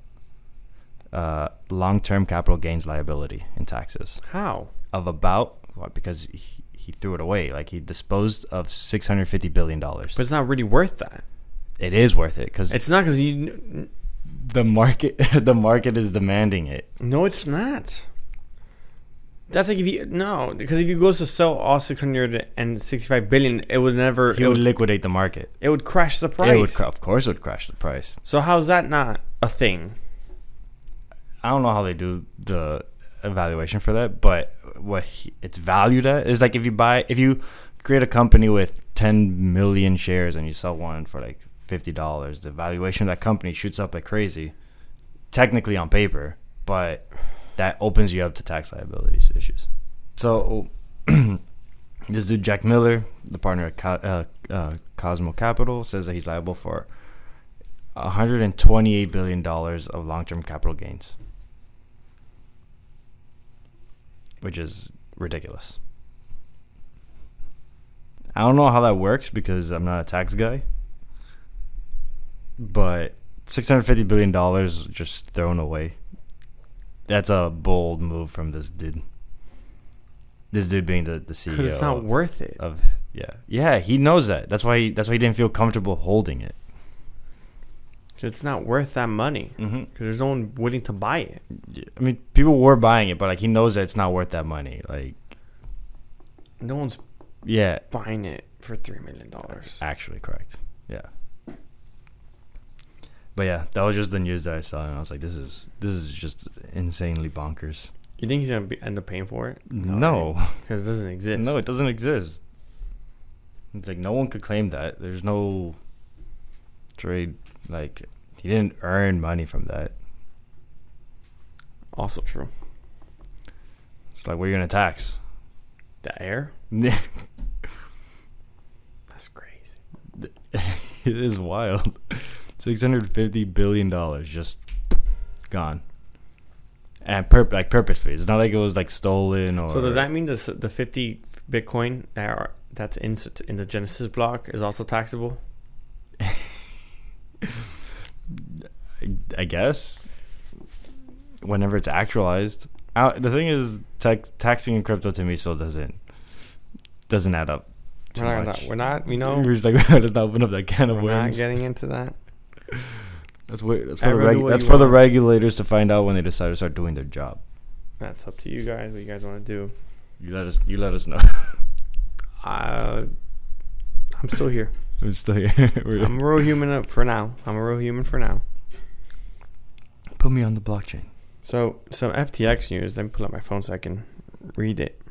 Speaker 2: uh, long term capital gains liability in taxes
Speaker 1: How?
Speaker 2: of about well, because he, he threw it away like he disposed of six hundred fifty billion dollars.
Speaker 1: But it's not really worth that.
Speaker 2: It is worth it because
Speaker 1: It's not because you.
Speaker 2: the market the market is demanding it.
Speaker 1: No, it's not. That's like if you no, because if you goes to sell all six hundred and sixty-five billion, it would never.
Speaker 2: He
Speaker 1: It
Speaker 2: would
Speaker 1: would,
Speaker 2: liquidate the market.
Speaker 1: it would crash the price.
Speaker 2: It would, cra- of course, it would crash the price.
Speaker 1: So how's that not a thing?
Speaker 2: I don't know how they do the evaluation for that, but what he, it's valued at is like if you buy, if you create a company with 10 million shares and you sell one for like $50, the valuation of that company shoots up like crazy, technically on paper, but that opens you up to tax liabilities issues. So this dude, Jack Miller, the partner at Co- uh, uh, Cosmo Capital, says that he's liable for 128 billion dollars of long-term capital gains, which is ridiculous. I don't know how that works because I'm not a tax guy, but 650 billion dollars just thrown away. That's a bold move from this dude. This dude being the, the CEO
Speaker 1: Because it's not worth it.
Speaker 2: of yeah yeah he knows that that's why he, that's why he didn't feel comfortable holding it.
Speaker 1: It's not worth that money.
Speaker 2: Mm-hmm.
Speaker 1: Because there's no one willing to buy it.
Speaker 2: I mean, people were buying it, but like he knows that it's not worth that money. Like,
Speaker 1: No one's
Speaker 2: yeah,
Speaker 1: buying it for three million dollars.
Speaker 2: actually correct. Yeah. But yeah, that was just the news that I saw, and I was like, "This is this is just insanely bonkers."
Speaker 1: You think he's gonna be, end up paying for it?
Speaker 2: No,
Speaker 1: because it doesn't exist.
Speaker 2: no, it doesn't exist. It's like no one could claim that. There's no trade. Like he didn't earn money from that.
Speaker 1: also true.
Speaker 2: It's like what are you gonna tax?
Speaker 1: The air. That's crazy.
Speaker 2: It is wild. Six hundred fifty billion dollars just gone, and pur- like purposefully. It's not like it was like stolen or.
Speaker 1: So does that mean this, the 50 Bitcoin that are, that's in s- in the Genesis block is also taxable?
Speaker 2: I, I guess. Whenever it's actualized, I, the thing is, tax, taxing in crypto to me still doesn't doesn't add up. Too
Speaker 1: We're not,
Speaker 2: much.
Speaker 1: we're not, you
Speaker 2: we're
Speaker 1: know,
Speaker 2: just like let's not open up that can of
Speaker 1: we're not
Speaker 2: worms.
Speaker 1: getting into that.
Speaker 2: that's what, that's for, the,
Speaker 1: Everyone do
Speaker 2: reg-
Speaker 1: what
Speaker 2: that's
Speaker 1: you
Speaker 2: for the
Speaker 1: want.
Speaker 2: regulators to find out when they decide to start doing their job.
Speaker 1: That's up to you guys. What you guys want to do?
Speaker 2: You let us you let us know.
Speaker 1: Uh, I'm still here.
Speaker 2: I'm still here. We're-
Speaker 1: I'm a real human up for now. I'm a real human for now.
Speaker 2: Put me on the blockchain.
Speaker 1: So some FTX news. Let me pull up my phone so I can read it.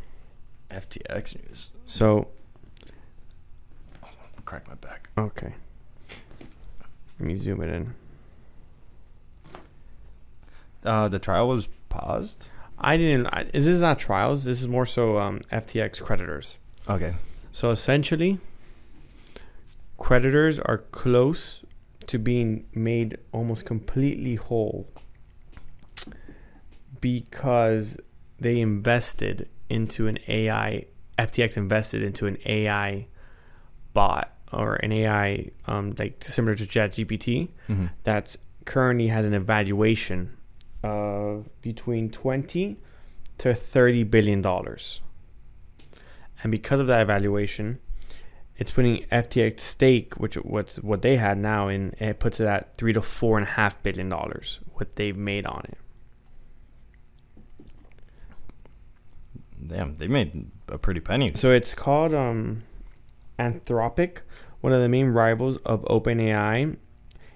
Speaker 2: FTX news.
Speaker 1: So
Speaker 2: Crack my back.
Speaker 1: okay, let me zoom it in.
Speaker 2: Uh, the trial was paused.
Speaker 1: I didn't. I, this is not trials. This is more so um, FTX creditors.
Speaker 2: Okay.
Speaker 1: So essentially, creditors are close to being made almost completely whole because they invested into an AI. FTX invested into an AI bot or an AI um, like similar to ChatGPT
Speaker 2: Mm-hmm.
Speaker 1: that currently has an evaluation of between 20 to 30 billion dollars. And because of that evaluation, it's putting FTX stake, which what's what they had now, and it puts it at three to four and a half billion dollars what they've made on it.
Speaker 2: Damn, they made a pretty penny.
Speaker 1: So it's called um, Anthropic, one of the main rivals of OpenAI.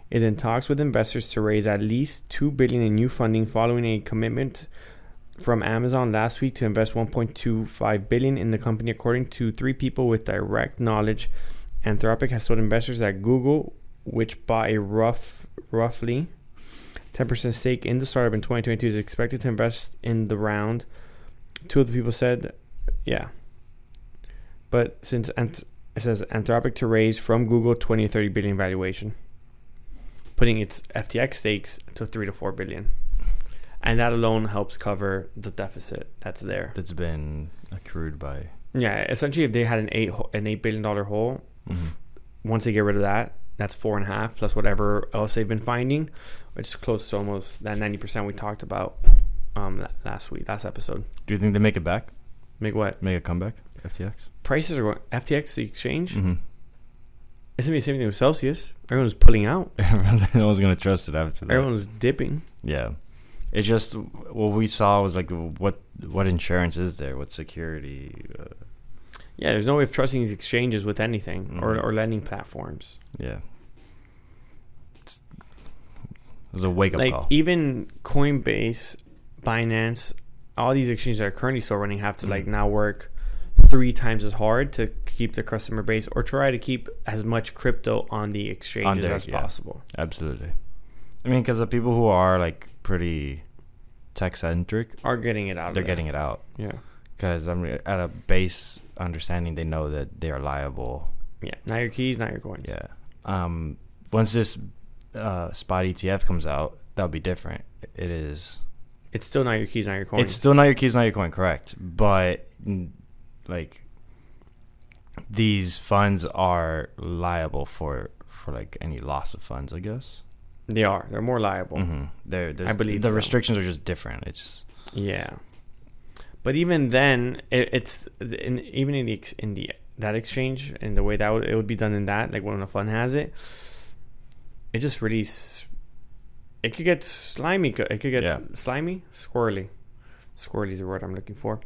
Speaker 1: Is in talks with investors to raise at least two billion in new funding following a commitment from Amazon last week to invest 1.25 billion in the company, according to three people with direct knowledge. Anthropic has told investors that Google, which bought a rough, roughly 10% stake in the startup in 2022, is expected to invest in the round. Two of the people said, "Yeah," but since Anth- it says Anthropic to raise from Google 20 to 30 billion valuation, putting its FTX stakes to three to four billion and that alone helps cover the deficit that's there.
Speaker 2: That's been accrued by.
Speaker 1: Yeah, essentially, if they had an eight ho- an eight billion dollar hole,
Speaker 2: Mhm.
Speaker 1: once they get rid of that, that's four and a half plus whatever else they've been finding, which is close to almost that ninety percent we talked about um la- last week, last episode.
Speaker 2: Do you think they make it back?
Speaker 1: Make what
Speaker 2: Make a comeback? FTX?
Speaker 1: prices are going? FTX the exchange.
Speaker 2: Mm-hmm.
Speaker 1: It's gonna be the same thing with Celsius. Everyone's pulling out.
Speaker 2: no one's gonna trust it after that.
Speaker 1: Everyone's dipping.
Speaker 2: Yeah, it's just what we saw was like what what insurance is there? What security? Uh,
Speaker 1: Yeah, there's no way of trusting these exchanges with anything or,
Speaker 2: Mhm.
Speaker 1: or lending platforms.
Speaker 2: yeah, it's, it was a wake up
Speaker 1: like
Speaker 2: call.
Speaker 1: even Coinbase, Binance, all these exchanges that are currently still running have to like
Speaker 2: Mhm.
Speaker 1: now work three times as hard to keep their customer base or try to keep as much crypto on the exchanges
Speaker 2: there,
Speaker 1: as
Speaker 2: yeah.
Speaker 1: possible.
Speaker 2: Absolutely. I mean, because the people who are like pretty tech centric,
Speaker 1: Are getting it out.
Speaker 2: they're
Speaker 1: of there.
Speaker 2: getting it out.
Speaker 1: yeah,
Speaker 2: Because I'm at a base understanding, they know that they are liable.
Speaker 1: yeah. Not your keys, not your coins.
Speaker 2: Yeah. Um. Once this uh, spot ETF comes out, that'll be different. It is.
Speaker 1: it's still not your keys, not your coins.
Speaker 2: It's still not your keys, not your coin, correct? But n- like these funds are liable for for like any loss of funds, I guess.
Speaker 1: they are. They're more liable.
Speaker 2: Mm-hmm. They're, there's-
Speaker 1: believe
Speaker 2: the
Speaker 1: so.
Speaker 2: restrictions are just different. It's
Speaker 1: Yeah, but even then, it, it's in, even in the ex- in the that exchange and the way that would, it would be done in that, like when a fund has it, it just really s- it could get slimy. co- It could get
Speaker 2: Yeah.
Speaker 1: slimy, squirrely. Squirrely is the word I'm looking for,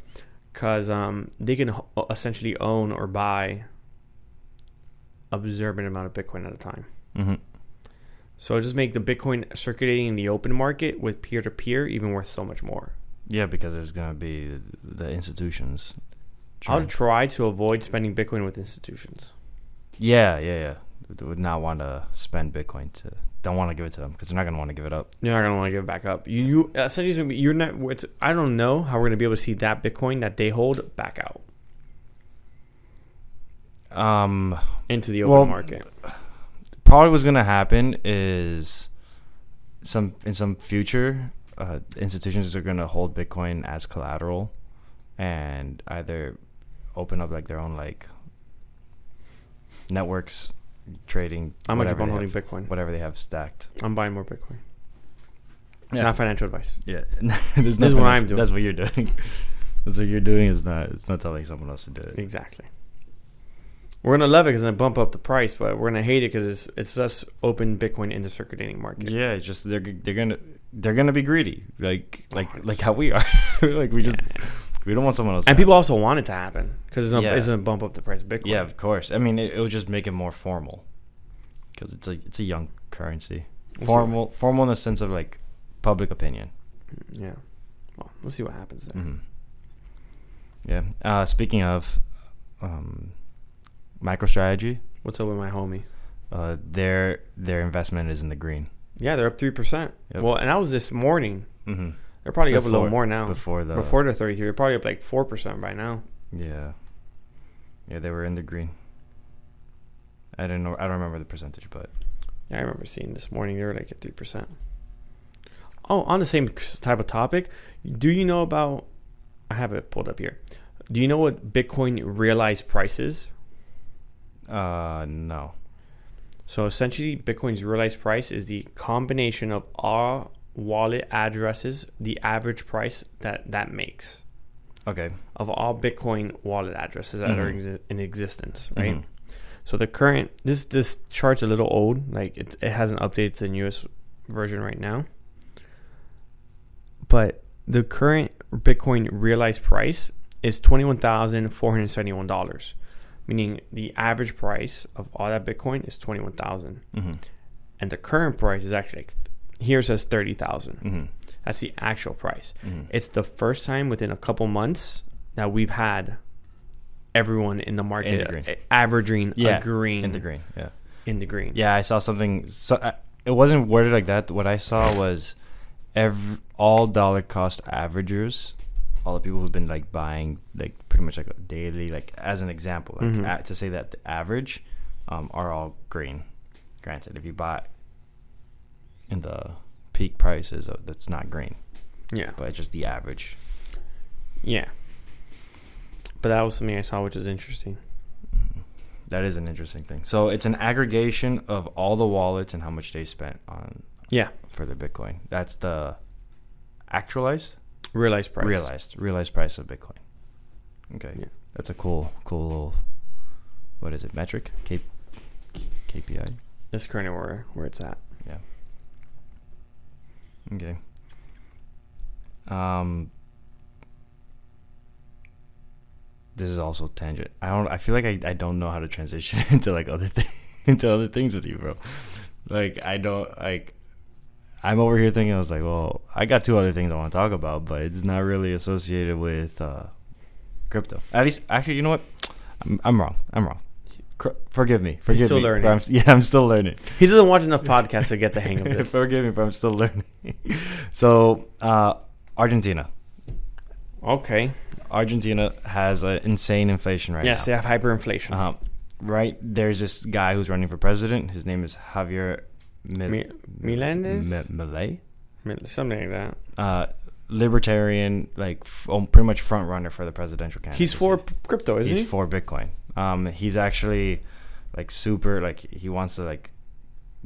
Speaker 1: because um, they can ho- essentially own or buy observant amount of Bitcoin at a time.
Speaker 2: hmm
Speaker 1: So just make the Bitcoin circulating in the open market with peer to peer even worth so much more.
Speaker 2: yeah, because there's gonna be the institutions.
Speaker 1: I'll
Speaker 2: trying-
Speaker 1: try to avoid spending Bitcoin with institutions.
Speaker 2: yeah, yeah, yeah. They Would not want to spend Bitcoin to don't want to give it to them because they're not gonna want to give it up.
Speaker 1: You're not gonna want to give it back up. You, you essentially, it's gonna be- you're not. It's, I don't know how we're gonna be able to see that Bitcoin that they hold back out
Speaker 2: Um,
Speaker 1: into the open
Speaker 2: Well,
Speaker 1: market.
Speaker 2: probably what's gonna happen is some in some future uh, institutions are gonna hold Bitcoin as collateral and either open up like their own like networks trading.
Speaker 1: I'm gonna keep
Speaker 2: whatever
Speaker 1: on
Speaker 2: they
Speaker 1: holding
Speaker 2: have-
Speaker 1: Bitcoin.
Speaker 2: Whatever they have stacked.
Speaker 1: I'm buying more Bitcoin.
Speaker 2: Yeah.
Speaker 1: Not financial advice.
Speaker 2: Yeah, this is
Speaker 1: what I'm doing.
Speaker 2: That's what you're doing. That's what you're doing. Is not. It's not telling someone else to do it.
Speaker 1: Exactly. We're gonna love it because it's gonna bump up the price, but we're gonna hate it because it's it's us open Bitcoin in the circulating market.
Speaker 2: Yeah, it's just they're they're gonna they're gonna be greedy, like
Speaker 1: Oh,
Speaker 2: like like how we are. like we just we don't want someone else. to
Speaker 1: And
Speaker 2: have
Speaker 1: people also want it to happen because it's gonna,
Speaker 2: Yeah.
Speaker 1: it's gonna bump up the price of Bitcoin.
Speaker 2: Yeah, of course. I mean, it, it would just make it more formal because it's a it's a young currency.
Speaker 1: We'll see.
Speaker 2: Formal, formal in the sense of like public opinion.
Speaker 1: Yeah. Well, we'll see what happens there.
Speaker 2: hmm Yeah. Uh, speaking of um, MicroStrategy,
Speaker 1: What's up with my homie?
Speaker 2: uh, their their investment is in the green.
Speaker 1: Yeah, they're up three percent.
Speaker 2: Yep.
Speaker 1: Well, and that was this morning.
Speaker 2: Mm-hmm.
Speaker 1: They're probably up a little
Speaker 2: Before-
Speaker 1: more now. Before
Speaker 2: Before
Speaker 1: the,
Speaker 2: the
Speaker 1: before the thirty-three, they're probably up like four percent by now.
Speaker 2: yeah yeah they were in the green. I don't know. I don't remember the percentage, but
Speaker 1: Yeah, I remember seeing this morning they were like at three percent. Oh, on the same type of topic, do you know about? I have it pulled up here. Do you know what Bitcoin realized price is?
Speaker 2: uh, no.
Speaker 1: So essentially, Bitcoin's realized price is the combination of all wallet addresses, the average price that that makes
Speaker 2: Okay.
Speaker 1: of all Bitcoin wallet addresses that are
Speaker 2: Mhm.
Speaker 1: exi- in existence, right?
Speaker 2: Mhm.
Speaker 1: So the current this this chart's a little old. Like it it hasn't updated to the newest version right now. But the current Bitcoin realized price is twenty one thousand four hundred seventy one dollars, meaning the average price of all that Bitcoin is twenty one thousand,
Speaker 2: Mm-hmm.
Speaker 1: and the current price is actually like, here it says thirty thousand.
Speaker 2: Mm-hmm.
Speaker 1: That's the actual price.
Speaker 2: Mm-hmm.
Speaker 1: It's the first time within a couple months that we've had everyone in the market
Speaker 2: green.
Speaker 1: a- averaging
Speaker 2: Yeah,
Speaker 1: agreeing
Speaker 2: In the green. Yeah.
Speaker 1: in the green.
Speaker 2: Yeah, I saw something. So I, it wasn't worded like that. What I saw was every, all dollar cost averagers, all the people who've been like buying like pretty much like daily, like as an example, like
Speaker 1: Mhm.
Speaker 2: a, to say that the average um, are all green. Granted, if you buy in the peak prices, uh, that's not green,
Speaker 1: yeah,
Speaker 2: but it's just the average.
Speaker 1: yeah. But that was something I saw, which was interesting.
Speaker 2: That is an interesting thing. So it's an aggregation of all the wallets and how much they spent on
Speaker 1: Yeah,
Speaker 2: for the Bitcoin. That's the actualized.
Speaker 1: realized price.
Speaker 2: Realized, realized price of Bitcoin. Okay,
Speaker 1: Yeah.
Speaker 2: that's a cool, cool little. What is it? Metric, K, KPI.
Speaker 1: That's currently where where it's at.
Speaker 2: Yeah. Okay. Um. This is also tangent. I don't. I feel like I, I don't know how to transition into like other things into other things with you, bro. Like I don't like. I'm over here thinking I was like, well, I got two other things I want to talk about, but it's not really associated with uh, crypto. At least, actually, you know what? I'm, I'm wrong. I'm wrong. Cr- forgive me. Forgive
Speaker 1: still
Speaker 2: me.
Speaker 1: learning.
Speaker 2: I'm, yeah, I'm still learning.
Speaker 1: He doesn't watch enough podcasts to get the hang of this.
Speaker 2: Forgive me, but I'm still learning. so, uh, Argentina.
Speaker 1: Okay.
Speaker 2: Argentina has an insane inflation right
Speaker 1: yes,
Speaker 2: now.
Speaker 1: they have hyperinflation.
Speaker 2: Uh-huh. Right. There's this guy who's running for president. His name is Javier Mi-
Speaker 1: Mi- Milanes?
Speaker 2: Mi- Milei?
Speaker 1: I mean, Something like that.
Speaker 2: Uh, libertarian, like f- oh, pretty much front runner for the presidential candidate.
Speaker 1: He's for p- crypto, isn't
Speaker 2: he's
Speaker 1: Oh, he?
Speaker 2: for Bitcoin. Um, he's actually like super like he wants to like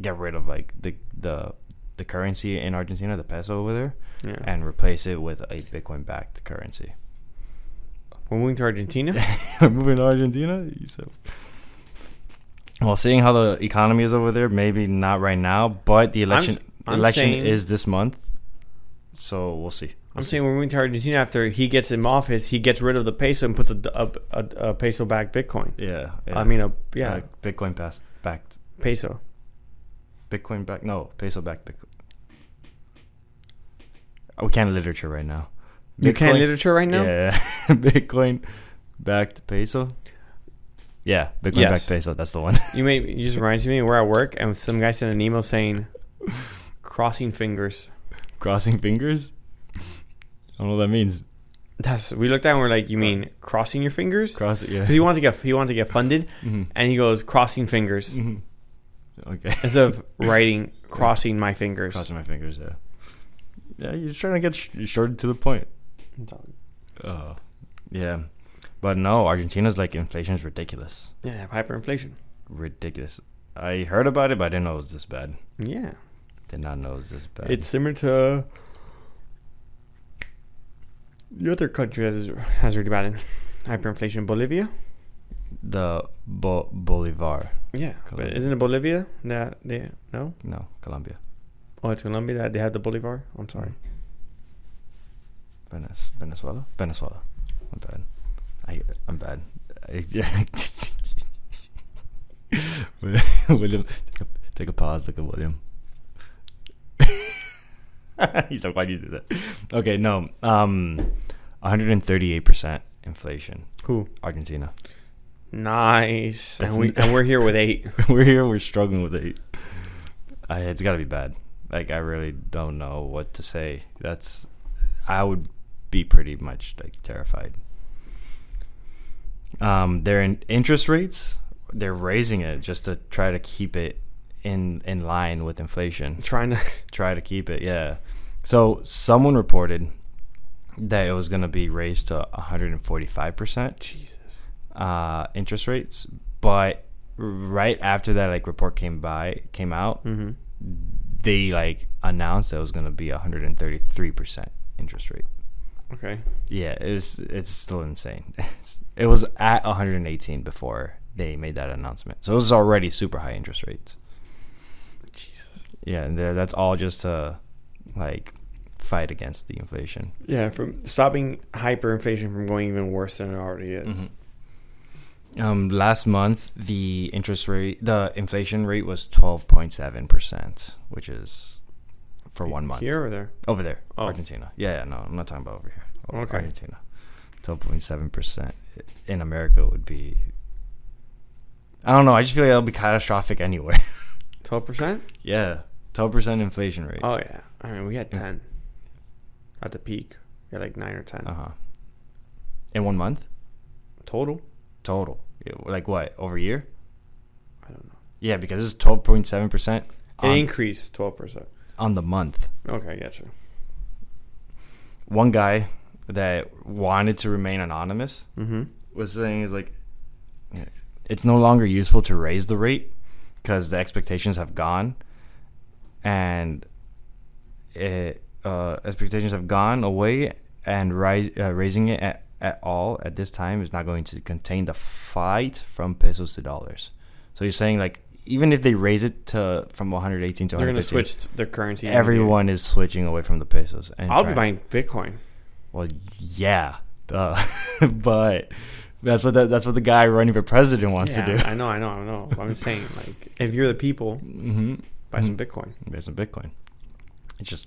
Speaker 2: get rid of like the the the currency in Argentina, the peso over there,
Speaker 1: Yeah.
Speaker 2: and replace it with a Bitcoin backed currency.
Speaker 1: We're moving to Argentina.
Speaker 2: We're moving to Argentina. So. Well, seeing how the economy is over there, maybe not right now, but the election
Speaker 1: I'm
Speaker 2: election
Speaker 1: saying-
Speaker 2: is this month, so we'll see.
Speaker 1: I'm saying we're moving to Argentina after he gets in office. He gets rid of the peso and puts a, a, a, a peso back Bitcoin.
Speaker 2: Yeah, yeah.
Speaker 1: I mean, a, yeah,
Speaker 2: Uh, Bitcoin past backed
Speaker 1: peso.
Speaker 2: Bitcoin back. No, peso backed Bitcoin. We can't literature right now.
Speaker 1: You can't
Speaker 2: Bitcoin-
Speaker 1: literature right now.
Speaker 2: Yeah, Bitcoin backed peso. Yeah, Bitcoin
Speaker 1: Yes.
Speaker 2: backed peso. That's the one.
Speaker 1: You may you just reminded me where I work, and some guy sent an email saying, "Crossing fingers."
Speaker 2: Crossing fingers. I don't know what that means.
Speaker 1: That's we looked at and we're like, "You mean crossing your fingers?"
Speaker 2: Cross it, yeah.
Speaker 1: 'Cause he wanted to get he wanted to get funded,
Speaker 2: Mhm.
Speaker 1: and he goes crossing fingers
Speaker 2: Mhm. Okay.
Speaker 1: instead of writing crossing my fingers.
Speaker 2: Crossing my fingers, yeah. Yeah, you're trying to get sh- short to the point. Oh. Yeah. But no, Argentina's like inflation is ridiculous.
Speaker 1: Yeah, they have hyperinflation.
Speaker 2: Ridiculous. I heard about it, but I didn't know it was this bad.
Speaker 1: Yeah,
Speaker 2: Did not know it was this bad.
Speaker 1: it's similar to the other country that is, has really bad in hyperinflation, Bolivia.
Speaker 2: the Bo- Bolivar.
Speaker 1: Yeah, but
Speaker 2: Colombia.
Speaker 1: isn't it Bolivia that they no?
Speaker 2: No, Colombia.
Speaker 1: Oh, it's Colombia that they had the Bolivar. I'm sorry.
Speaker 2: Mm. Venez- Venezuela? Venezuela. I'm bad. I, I'm bad. I, William, take a, take a pause. Look at William. He's like, why'd you do that? Okay, no. Um, 138% inflation.
Speaker 1: Who?
Speaker 2: Argentina.
Speaker 1: Nice.
Speaker 2: That's
Speaker 1: and we
Speaker 2: n-
Speaker 1: and we're here with eight.
Speaker 2: we're here. We're struggling with it. I, it's got to be bad. Like, I really don't know what to say. That's. I would be pretty much like terrified. Um, their in- interest rates, they're raising it just to try to keep it in in line with inflation.
Speaker 1: trying to
Speaker 2: Try to keep it, yeah. So someone reported that it was going to be raised to 145 percent
Speaker 1: Jesus.
Speaker 2: uh, interest rates, but right after that like report came by came out,
Speaker 1: Mm-hmm.
Speaker 2: they like announced that it was going to be 133% interest rate.
Speaker 1: Okay.
Speaker 2: Yeah, it's it's still insane. It's- it was at 118 before they made that announcement. So it was already super high interest rates.
Speaker 1: Jesus.
Speaker 2: Yeah, and tha- that's all just to like fight against the inflation.
Speaker 1: Yeah, from stopping hyperinflation from going even worse than it already is.
Speaker 2: Mm-hmm. Um, last month, the interest rate, the inflation rate was twelve point seven percent, which is for one month
Speaker 1: Here or there?
Speaker 2: over there,
Speaker 1: Oh.
Speaker 2: Argentina. Yeah, yeah, no, I'm not talking about over here. Over
Speaker 1: Okay.
Speaker 2: Argentina, twelve point seven percent in America would be. I don't know. I just feel like that'll be catastrophic anywhere.
Speaker 1: 12%?
Speaker 2: yeah, twelve percent inflation rate.
Speaker 1: Oh, yeah. I mean, we had
Speaker 2: Yeah.
Speaker 1: 10 at the peak. We had like 9 or 10
Speaker 2: Uh huh. In one month
Speaker 1: total.
Speaker 2: total, Yeah, like what over a year?
Speaker 1: I don't know.
Speaker 2: Yeah, because it's twelve point seven percent
Speaker 1: It
Speaker 2: on
Speaker 1: increased 12%.
Speaker 2: on the month.
Speaker 1: Okay, I gotcha.
Speaker 2: one guy that wanted to remain anonymous
Speaker 1: Mm-hmm.
Speaker 2: was saying is like it's no longer useful to raise the rate because the expectations have gone and it, uh, expectations have gone away and rise, uh, raising it at, at all at this time is not going to contain the fight from pesos to dollars so you're saying like even if they raise it to from 118 to
Speaker 1: They're going to
Speaker 2: 115
Speaker 1: switch their currency.
Speaker 2: everyone is switching away from the pesos and
Speaker 1: I'll be
Speaker 2: trying-
Speaker 1: buying Bitcoin.
Speaker 2: well, yeah, duh. but that's what the, that's what the guy running for president wants
Speaker 1: Yeah,
Speaker 2: to do.
Speaker 1: I know, I know, I know. I'm saying, like, if you're the people,
Speaker 2: Mm-hmm.
Speaker 1: buy some Bitcoin.
Speaker 2: Buy some Bitcoin. It's just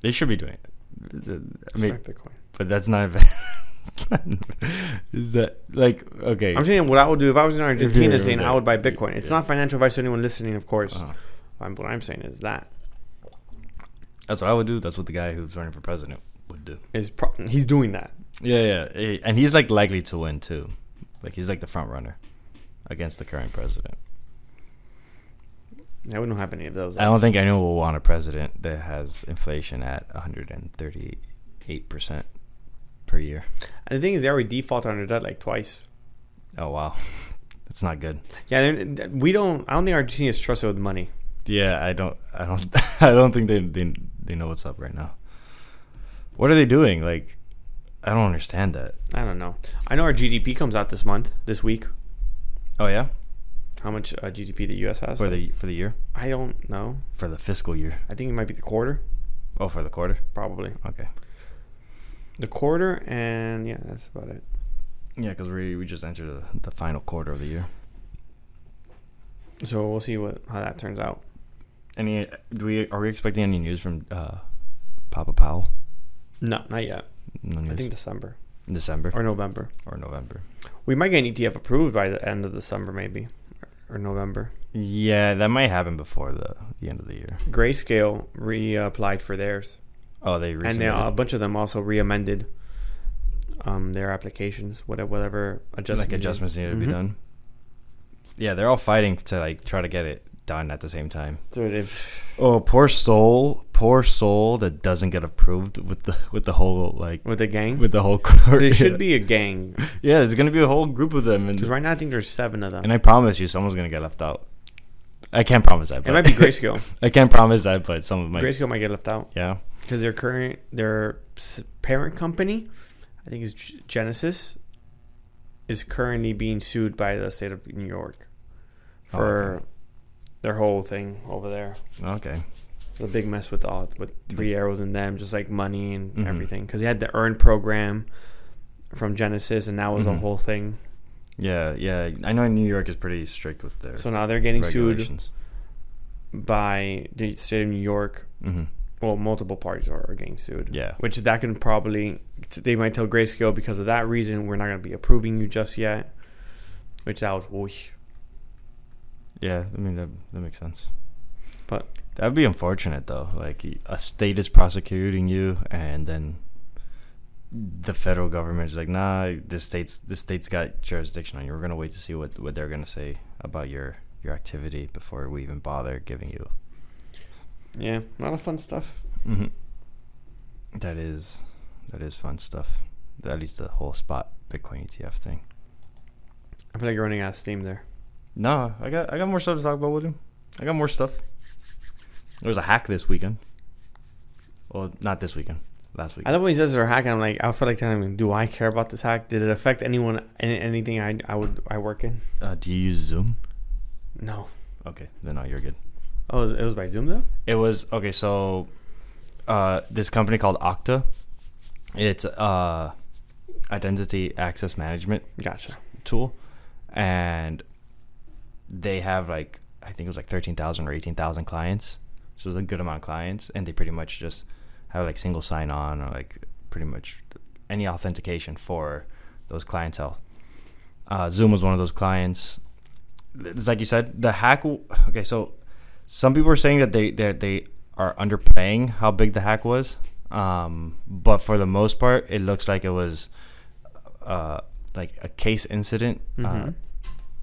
Speaker 2: they should be doing it. I
Speaker 1: Sorry,
Speaker 2: mean,
Speaker 1: Bitcoin.
Speaker 2: but that's not. Is that like okay?
Speaker 1: I'm saying what I would do if I was in
Speaker 2: you're
Speaker 1: Argentina
Speaker 2: doing
Speaker 1: saying I
Speaker 2: that,
Speaker 1: would buy Bitcoin. It's
Speaker 2: yeah.
Speaker 1: not financial advice to anyone listening, of course.
Speaker 2: Uh-huh.
Speaker 1: I'm, what I'm saying is that
Speaker 2: That's what I would do. That's what the guy who's running for president would do.
Speaker 1: is pro- he's doing that.
Speaker 2: Yeah, yeah, eh, and he's like likely to win too. Like he's like the front runner against the current president.
Speaker 1: I wouldn't have any of those.
Speaker 2: I don't think anyone will want a president that has inflation at 138 percent per year.
Speaker 1: And the thing is, they already default on their debt like twice.
Speaker 2: Oh wow, that's not good.
Speaker 1: Yeah, they're- we don't. I don't think Argentina is trusted with money.
Speaker 2: Yeah, I don't, I don't, I don't think they, they they know what's up right now. What are they doing? Like, I don't understand that.
Speaker 1: I don't know. I know our GDP comes out this month, this week.
Speaker 2: Oh yeah,
Speaker 1: How much uh, GDP the U.S. has?
Speaker 2: for the for the year,
Speaker 1: I don't know.
Speaker 2: for the fiscal year.
Speaker 1: I think it might be the quarter,
Speaker 2: Oh, for the quarter.
Speaker 1: probably
Speaker 2: Okay.
Speaker 1: the quarter, and yeah, that's about it.
Speaker 2: Yeah, because we we just entered the, the final quarter of the year.
Speaker 1: So we'll see what how that turns out.
Speaker 2: Any? Do we are we expecting any news from uh, Papa Powell?
Speaker 1: No, not yet.
Speaker 2: No news.
Speaker 1: I think December
Speaker 2: in December
Speaker 1: or November.
Speaker 2: or November.
Speaker 1: We might get an ETF approved by the end of December, maybe or November.
Speaker 2: Yeah, that might happen before the, the end of the year.
Speaker 1: Grayscale reapplied for theirs,
Speaker 2: Oh, they
Speaker 1: and
Speaker 2: recently.
Speaker 1: they, a bunch of them also reamended um, their applications, whatever, whatever adjustments.
Speaker 2: like adjustments needed to
Speaker 1: Mhm.
Speaker 2: be done. Yeah, they're all fighting to like try to get it done at the same time.
Speaker 1: So if,
Speaker 2: Oh, poor soul, poor soul that doesn't get approved with the with the whole like
Speaker 1: with a gang,
Speaker 2: with the whole court.
Speaker 1: there
Speaker 2: yeah.
Speaker 1: should be a gang
Speaker 2: Yeah, there's gonna be a whole group of them, and
Speaker 1: because right now I think there's seven of them.
Speaker 2: and I promise you, someone's gonna get left out. I can't promise that.
Speaker 1: it
Speaker 2: But
Speaker 1: might be Grayscale.
Speaker 2: I can't promise that, but some of my
Speaker 1: Grayscale might get left out
Speaker 2: yeah.
Speaker 1: because their current their s- parent company, I think is G- Genesis, is currently being sued by the state of New York
Speaker 2: Oh,
Speaker 1: for
Speaker 2: okay.
Speaker 1: their whole thing over there.
Speaker 2: Oh, Okay.
Speaker 1: It's a big mess with all with
Speaker 2: Mm-hmm.
Speaker 1: three arrows in them, just like money and
Speaker 2: Mhm.
Speaker 1: everything. Because they had the earn program from Genesis, and that was a
Speaker 2: Mhm.
Speaker 1: whole thing.
Speaker 2: Yeah, yeah. I know New York is pretty strict with their
Speaker 1: So now they're getting sued
Speaker 2: regulations.
Speaker 1: by the state of New York.
Speaker 2: Mm-hmm.
Speaker 1: Well, multiple parties are, are getting sued.
Speaker 2: Yeah.
Speaker 1: which that can probably they might tell Grayscale because of that reason we're not going to be approving you just yet. Which that was whoosh.
Speaker 2: Yeah, I mean that that makes sense.
Speaker 1: But-
Speaker 2: that'd be unfortunate though. Like y- a state is prosecuting you, and then the federal government is like, "Nah, this state's this state's got jurisdiction on you. We're gonna wait to see what what they're gonna say about your your activity before we even bother giving you."
Speaker 1: yeah, a lot of fun stuff.
Speaker 2: Mm-hmm. That is that is fun stuff. At least the whole spot Bitcoin ETF thing.
Speaker 1: I feel like you're running out of steam there.
Speaker 2: Nah, I got I got more stuff to talk about, William. I got more stuff. There was a hack this weekend. Well, not this weekend. last week.
Speaker 1: I love when he says they're hacking. I'm like, I feel like telling him, do I care about this hack? Did it affect anyone, any, anything I, I would I work in?
Speaker 2: Uh, do you use Zoom?
Speaker 1: No.
Speaker 2: Okay, then no, you're good.
Speaker 1: Oh, it was by Zoom though.
Speaker 2: It was okay. So, uh, this company called Okta, it's uh, identity access management
Speaker 1: Gotcha.
Speaker 2: tool, and they have like I think it was like thirteen thousand or eighteen thousand clients, so it's a good amount of clients, and they pretty much just have like single sign on or like pretty much any authentication for those clientele. Uh, Zoom was one of those clients. It's like you said, the hack. W- okay, so some people are saying that they that they are underplaying how big the hack was, um, but for the most part, it looks like it was uh, like a case incident, uh,
Speaker 1: Mhm.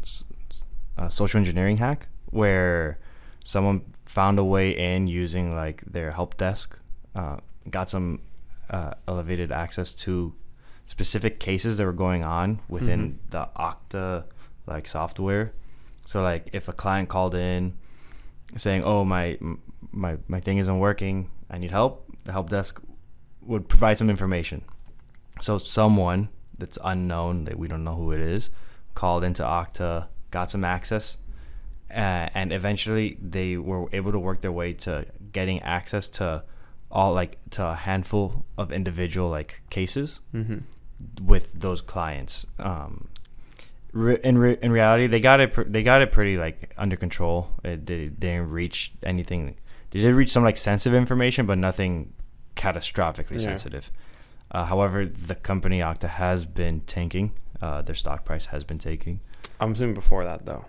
Speaker 2: s- s- uh, social engineering hack, where someone found a way in using like their help desk, uh, got some uh, elevated access to specific cases that were going on within the Okta like software. So like if a client called in saying, "Oh my m- my my thing isn't working, I need help," the help desk would provide some information. So someone that's unknown that we don't know who it is called into Okta, got some access, uh, and eventually they were able to work their way to getting access to all like to a handful of individual like cases
Speaker 1: Mm-hmm.
Speaker 2: with those clients. Um, re- in re- in reality, they got it. Pr- they got it pretty like under control. It, they, they didn't reach anything. They did reach some like sensitive information, but nothing catastrophically
Speaker 1: Yeah.
Speaker 2: sensitive. Uh, however, the company Okta has been tanking. Uh, their stock price has been tanking.
Speaker 1: I'm assuming before that though.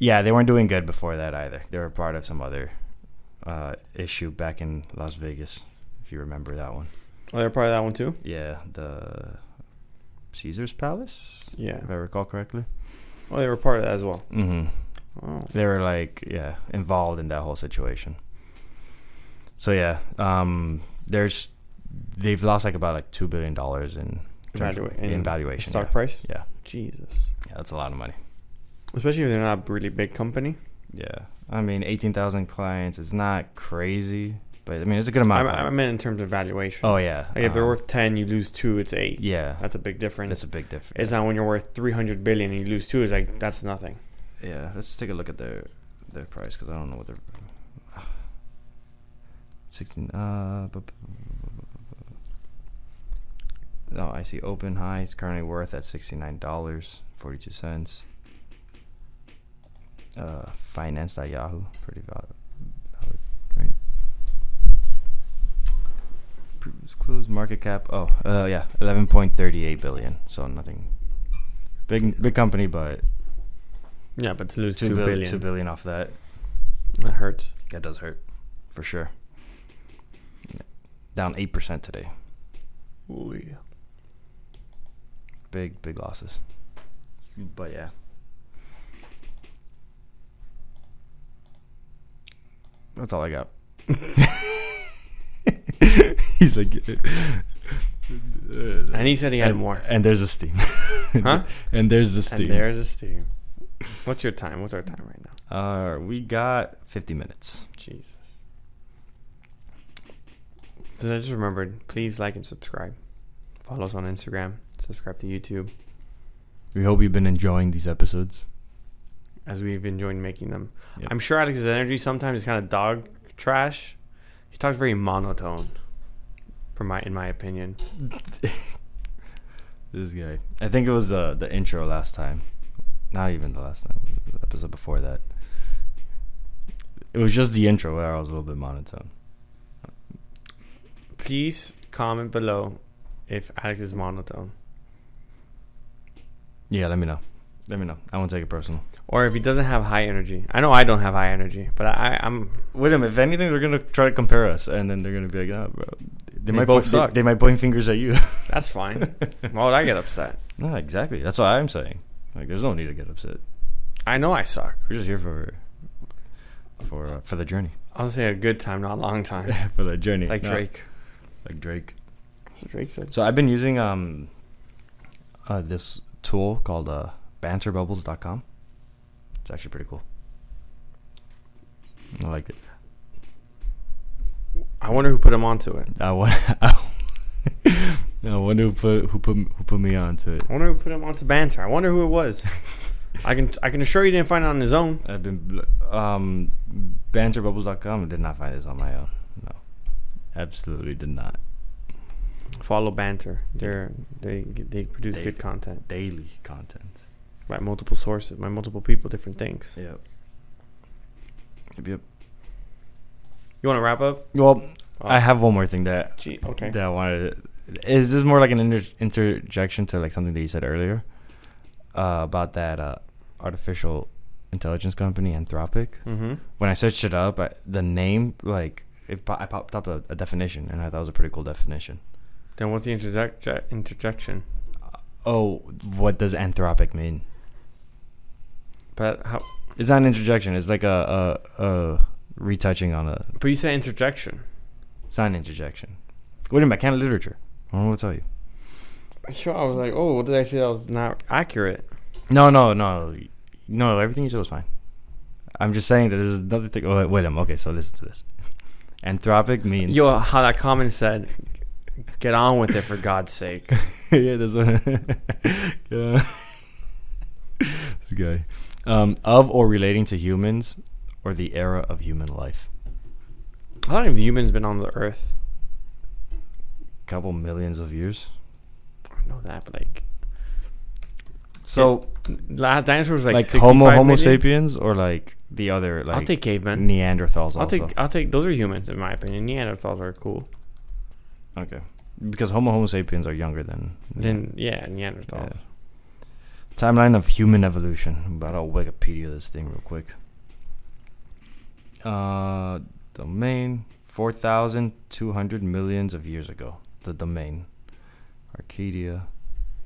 Speaker 2: Yeah, they weren't doing good before that either. They were part of some other uh, issue back in Las Vegas, if you remember that one.
Speaker 1: Oh, they're part of that one too.
Speaker 2: Yeah, the Caesar's Palace.
Speaker 1: Yeah.
Speaker 2: if I recall correctly.
Speaker 1: Oh, they were part of that as well.
Speaker 2: Mm-hmm.
Speaker 1: Oh.
Speaker 2: They were like, yeah, involved in that whole situation. So yeah, um, there's they've lost like about like two billion dollars in terms of-
Speaker 1: Evaluate-
Speaker 2: in,
Speaker 1: in
Speaker 2: valuation.
Speaker 1: Stock
Speaker 2: yeah.
Speaker 1: price.
Speaker 2: Yeah,
Speaker 1: Jesus.
Speaker 2: yeah, that's a lot of money.
Speaker 1: Especially if they're not a really big company.
Speaker 2: Yeah, I mean, eighteen thousand clients is not crazy, but I mean, it's a good
Speaker 1: I,
Speaker 2: amount. of
Speaker 1: I
Speaker 2: clients.
Speaker 1: meant in terms of valuation.
Speaker 2: oh yeah,
Speaker 1: Like if they're
Speaker 2: um,
Speaker 1: worth ten, you lose two. It's eight.
Speaker 2: yeah,
Speaker 1: That's a big difference.
Speaker 2: that's a big difference.
Speaker 1: It's not when you're worth 300 billion and you lose two. It's like that's nothing.
Speaker 2: Yeah, let's take a look at their their price because I don't know what their sixteen. Uh, bu- bu- bu- bu- bu- bu- no, Oh, I see open high. It's currently worth at sixty nine dollars forty two cents. Uh, financed at Yahoo, pretty valid, valid right? Previous close market cap. Oh, uh, yeah, eleven point thirty eight billion. So nothing. Big big company, but
Speaker 1: Yeah, but to lose
Speaker 2: two
Speaker 1: two
Speaker 2: bill-
Speaker 1: billion,
Speaker 2: two billion off that.
Speaker 1: that hurts.
Speaker 2: That does hurt, for sure. Down eight percent today. Big big losses. But yeah. That's all I got. He's like,
Speaker 1: And he said he had
Speaker 2: and,
Speaker 1: more.
Speaker 2: and there's a steam,
Speaker 1: Huh?
Speaker 2: and there's a steam.
Speaker 1: And there's a steam. What's your time? What's our time right now?
Speaker 2: Uh, we got 50 minutes.
Speaker 1: Jesus. So I just remembered. Please like and subscribe. Follow us on Instagram. Subscribe to YouTube.
Speaker 2: We hope you've been enjoying these episodes.
Speaker 1: As we've enjoyed making them.
Speaker 2: Yep.
Speaker 1: I'm sure Alex's energy sometimes is kind of dog trash. He talks very monotone. For my, in my opinion.
Speaker 2: This guy. I think it was the the intro last time. Not even the last time. The episode before that. It was just the intro where I was a little bit monotone.
Speaker 1: Please comment below if Alex is monotone.
Speaker 2: Yeah, let me know. Let me know. I won't take it personal.
Speaker 1: Or if he doesn't have high energy. I know I don't have high energy, but I, I'm
Speaker 2: Wait a minute. If anything, they're gonna try to compare us, and then they're gonna be like, "Nah, bro." They, might
Speaker 1: both
Speaker 2: point,
Speaker 1: suck.
Speaker 2: They, they might point fingers at you.
Speaker 1: that's fine. Why would I get upset?
Speaker 2: no, exactly. That's what I'm saying. Like, there's no need to get upset.
Speaker 1: I know I suck.
Speaker 2: We're just here for for uh, for the journey.
Speaker 1: I'll say a good time, not a long time.
Speaker 2: for the journey.
Speaker 1: Like
Speaker 2: No,
Speaker 1: Drake.
Speaker 2: Like Drake.
Speaker 1: Drake said.
Speaker 2: So I've been using um uh, this tool called uh, banterbubbles.com. It's actually pretty cool. I like it.
Speaker 1: I wonder who put him onto it.
Speaker 2: I want I No, I wonder who put who put who put me onto it.
Speaker 1: I wonder who put him onto banter. I wonder who it was. I can I can assure you didn't find it on his own.
Speaker 2: I've been bl- um banterbubbles.com. Did not find this on my own. No, absolutely did not.
Speaker 1: Follow banter. They're they they produce good content
Speaker 2: Daily content.
Speaker 1: by multiple sources, by multiple people, different things.
Speaker 2: Yep. Yep. yep.
Speaker 1: You want to wrap up? Uh,
Speaker 2: Well, I have one more thing that
Speaker 1: Gee, okay.
Speaker 2: that I wanted. Is this more like an inter- interjection to like something that you said earlier uh, about that uh, artificial intelligence company, Anthropic?
Speaker 1: Mm-hmm.
Speaker 2: When I searched it up, I, the name like it, po- I popped up a, a definition, and I thought it was a pretty cool definition.
Speaker 1: Then what's the interject- interjection?
Speaker 2: Oh, what does Anthropic mean?
Speaker 1: But how?
Speaker 2: It's not an interjection. It's like a a, a retouching on a.
Speaker 1: But you said interjection.
Speaker 2: It's not an interjection. What about canon literature? I don't know what to tell you.
Speaker 1: Sure. I was like, oh, what did I say? That was not accurate.
Speaker 2: No, no, no, no. Everything you said was fine. I'm just saying that there's another thing. Oh, wait, wait, um, okay. So listen to this. Anthropic means
Speaker 1: Yo, how that comment said, "Get on with it for God's sake."
Speaker 2: yeah, that's what. yeah. this guy, um, of or relating to humans, or the era of human life.
Speaker 1: How long have humans been on the Earth?
Speaker 2: Couple millions of years.
Speaker 1: I know that, but like,
Speaker 2: So
Speaker 1: la- dinosaurs were,
Speaker 2: like,
Speaker 1: like,
Speaker 2: Homo
Speaker 1: 65
Speaker 2: Homo
Speaker 1: million?
Speaker 2: sapiens, or like the other like
Speaker 1: I'll take cavemen.
Speaker 2: Neanderthals.
Speaker 1: I'll
Speaker 2: also.
Speaker 1: take I'll take those are humans in my opinion. Neanderthals are cool.
Speaker 2: okay, because Homo Homo sapiens are younger than
Speaker 1: Then yeah, Neanderthals.
Speaker 2: Timeline of human evolution. I'm about to Wikipedia this thing real quick. Uh, domain four thousand two hundred millions of years ago. The domain, Arcadia.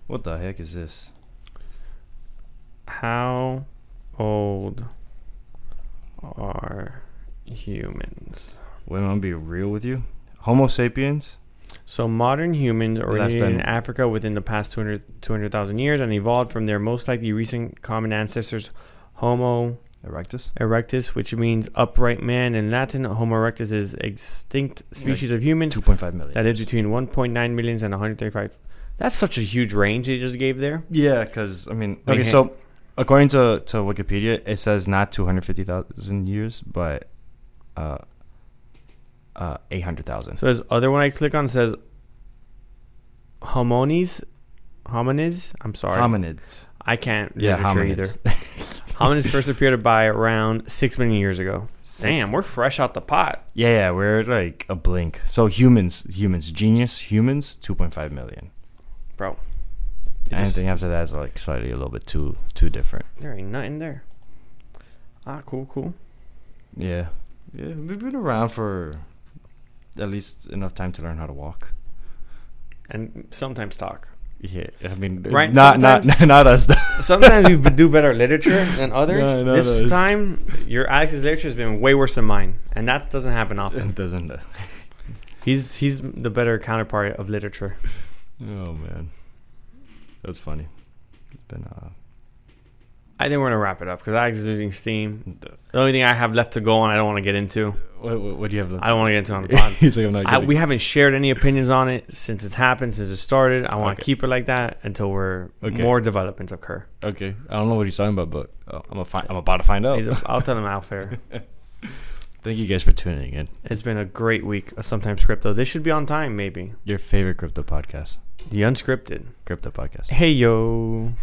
Speaker 2: What the heck is this?
Speaker 1: How old are humans?
Speaker 2: Wait, I'm gonna be real with you. Homo sapiens.
Speaker 1: So modern humans originated
Speaker 2: than-
Speaker 1: in Africa within the past 200 200,000 years and evolved from their most likely recent common ancestors Homo
Speaker 2: Erectus.
Speaker 1: erectus, which means upright man in Latin. Homo erectus is extinct species of humans
Speaker 2: Two point five million.
Speaker 1: that lives between 1.9 millions and 135. That's such a huge range they just gave there.
Speaker 2: Yeah, because I mean,
Speaker 1: I mean,
Speaker 2: okay,
Speaker 1: hey-
Speaker 2: so according to to Wikipedia, it says not two hundred fifty thousand years, but uh, uh, eight hundred thousand.
Speaker 1: So this other one I click on says homonies, hominids. I'm sorry,
Speaker 2: Hominids.
Speaker 1: I can't
Speaker 2: Yeah,
Speaker 1: yeah, hominids. either. hominids first appeared by around six million years ago. Damn, we're fresh out the pot.
Speaker 2: Yeah, yeah, we're like a blink. So humans, humans, genius, humans, two point five million.
Speaker 1: Bro.
Speaker 2: Anything after that is like slightly a little bit too too different.
Speaker 1: There ain't nothing there. Ah, cool, cool.
Speaker 2: Yeah, yeah, we've been around for at least enough time to learn how to walk.
Speaker 1: And sometimes talk.
Speaker 2: Yeah, I mean,
Speaker 1: Right,
Speaker 2: Not not not us. Though.
Speaker 1: Sometimes we do better literature than others.
Speaker 2: No, no,
Speaker 1: this
Speaker 2: no, it's-
Speaker 1: time, your Alex's literature has been way worse than mine, and that doesn't happen often.
Speaker 2: It doesn't. uh,
Speaker 1: He's he's the better counterpart of literature.
Speaker 2: Oh man, that's funny. It's been uh,
Speaker 1: I think we're gonna wrap it up because Alex is losing steam. The only thing I have left to go on, I don't want to get into.
Speaker 2: what, what, what do you have? Left
Speaker 1: I don't want to get into on the pod.
Speaker 2: He's like, I'm not.
Speaker 1: I,
Speaker 2: getting-
Speaker 1: we haven't shared any opinions on it since it's happened, since it started. I want to
Speaker 2: Okay.
Speaker 1: keep it like that until we're
Speaker 2: Okay.
Speaker 1: more developments occur.
Speaker 2: okay, I don't know what he's talking about, but uh, I'm a fi- I'm about to find out.
Speaker 1: He's- I'll tell him out fair.
Speaker 2: Thank you guys for tuning in.
Speaker 1: It's been a great week of sometimes crypto. This should be on time, maybe.
Speaker 2: Your favorite crypto podcast,
Speaker 1: The unscripted.
Speaker 2: crypto podcast.
Speaker 1: Hey yo.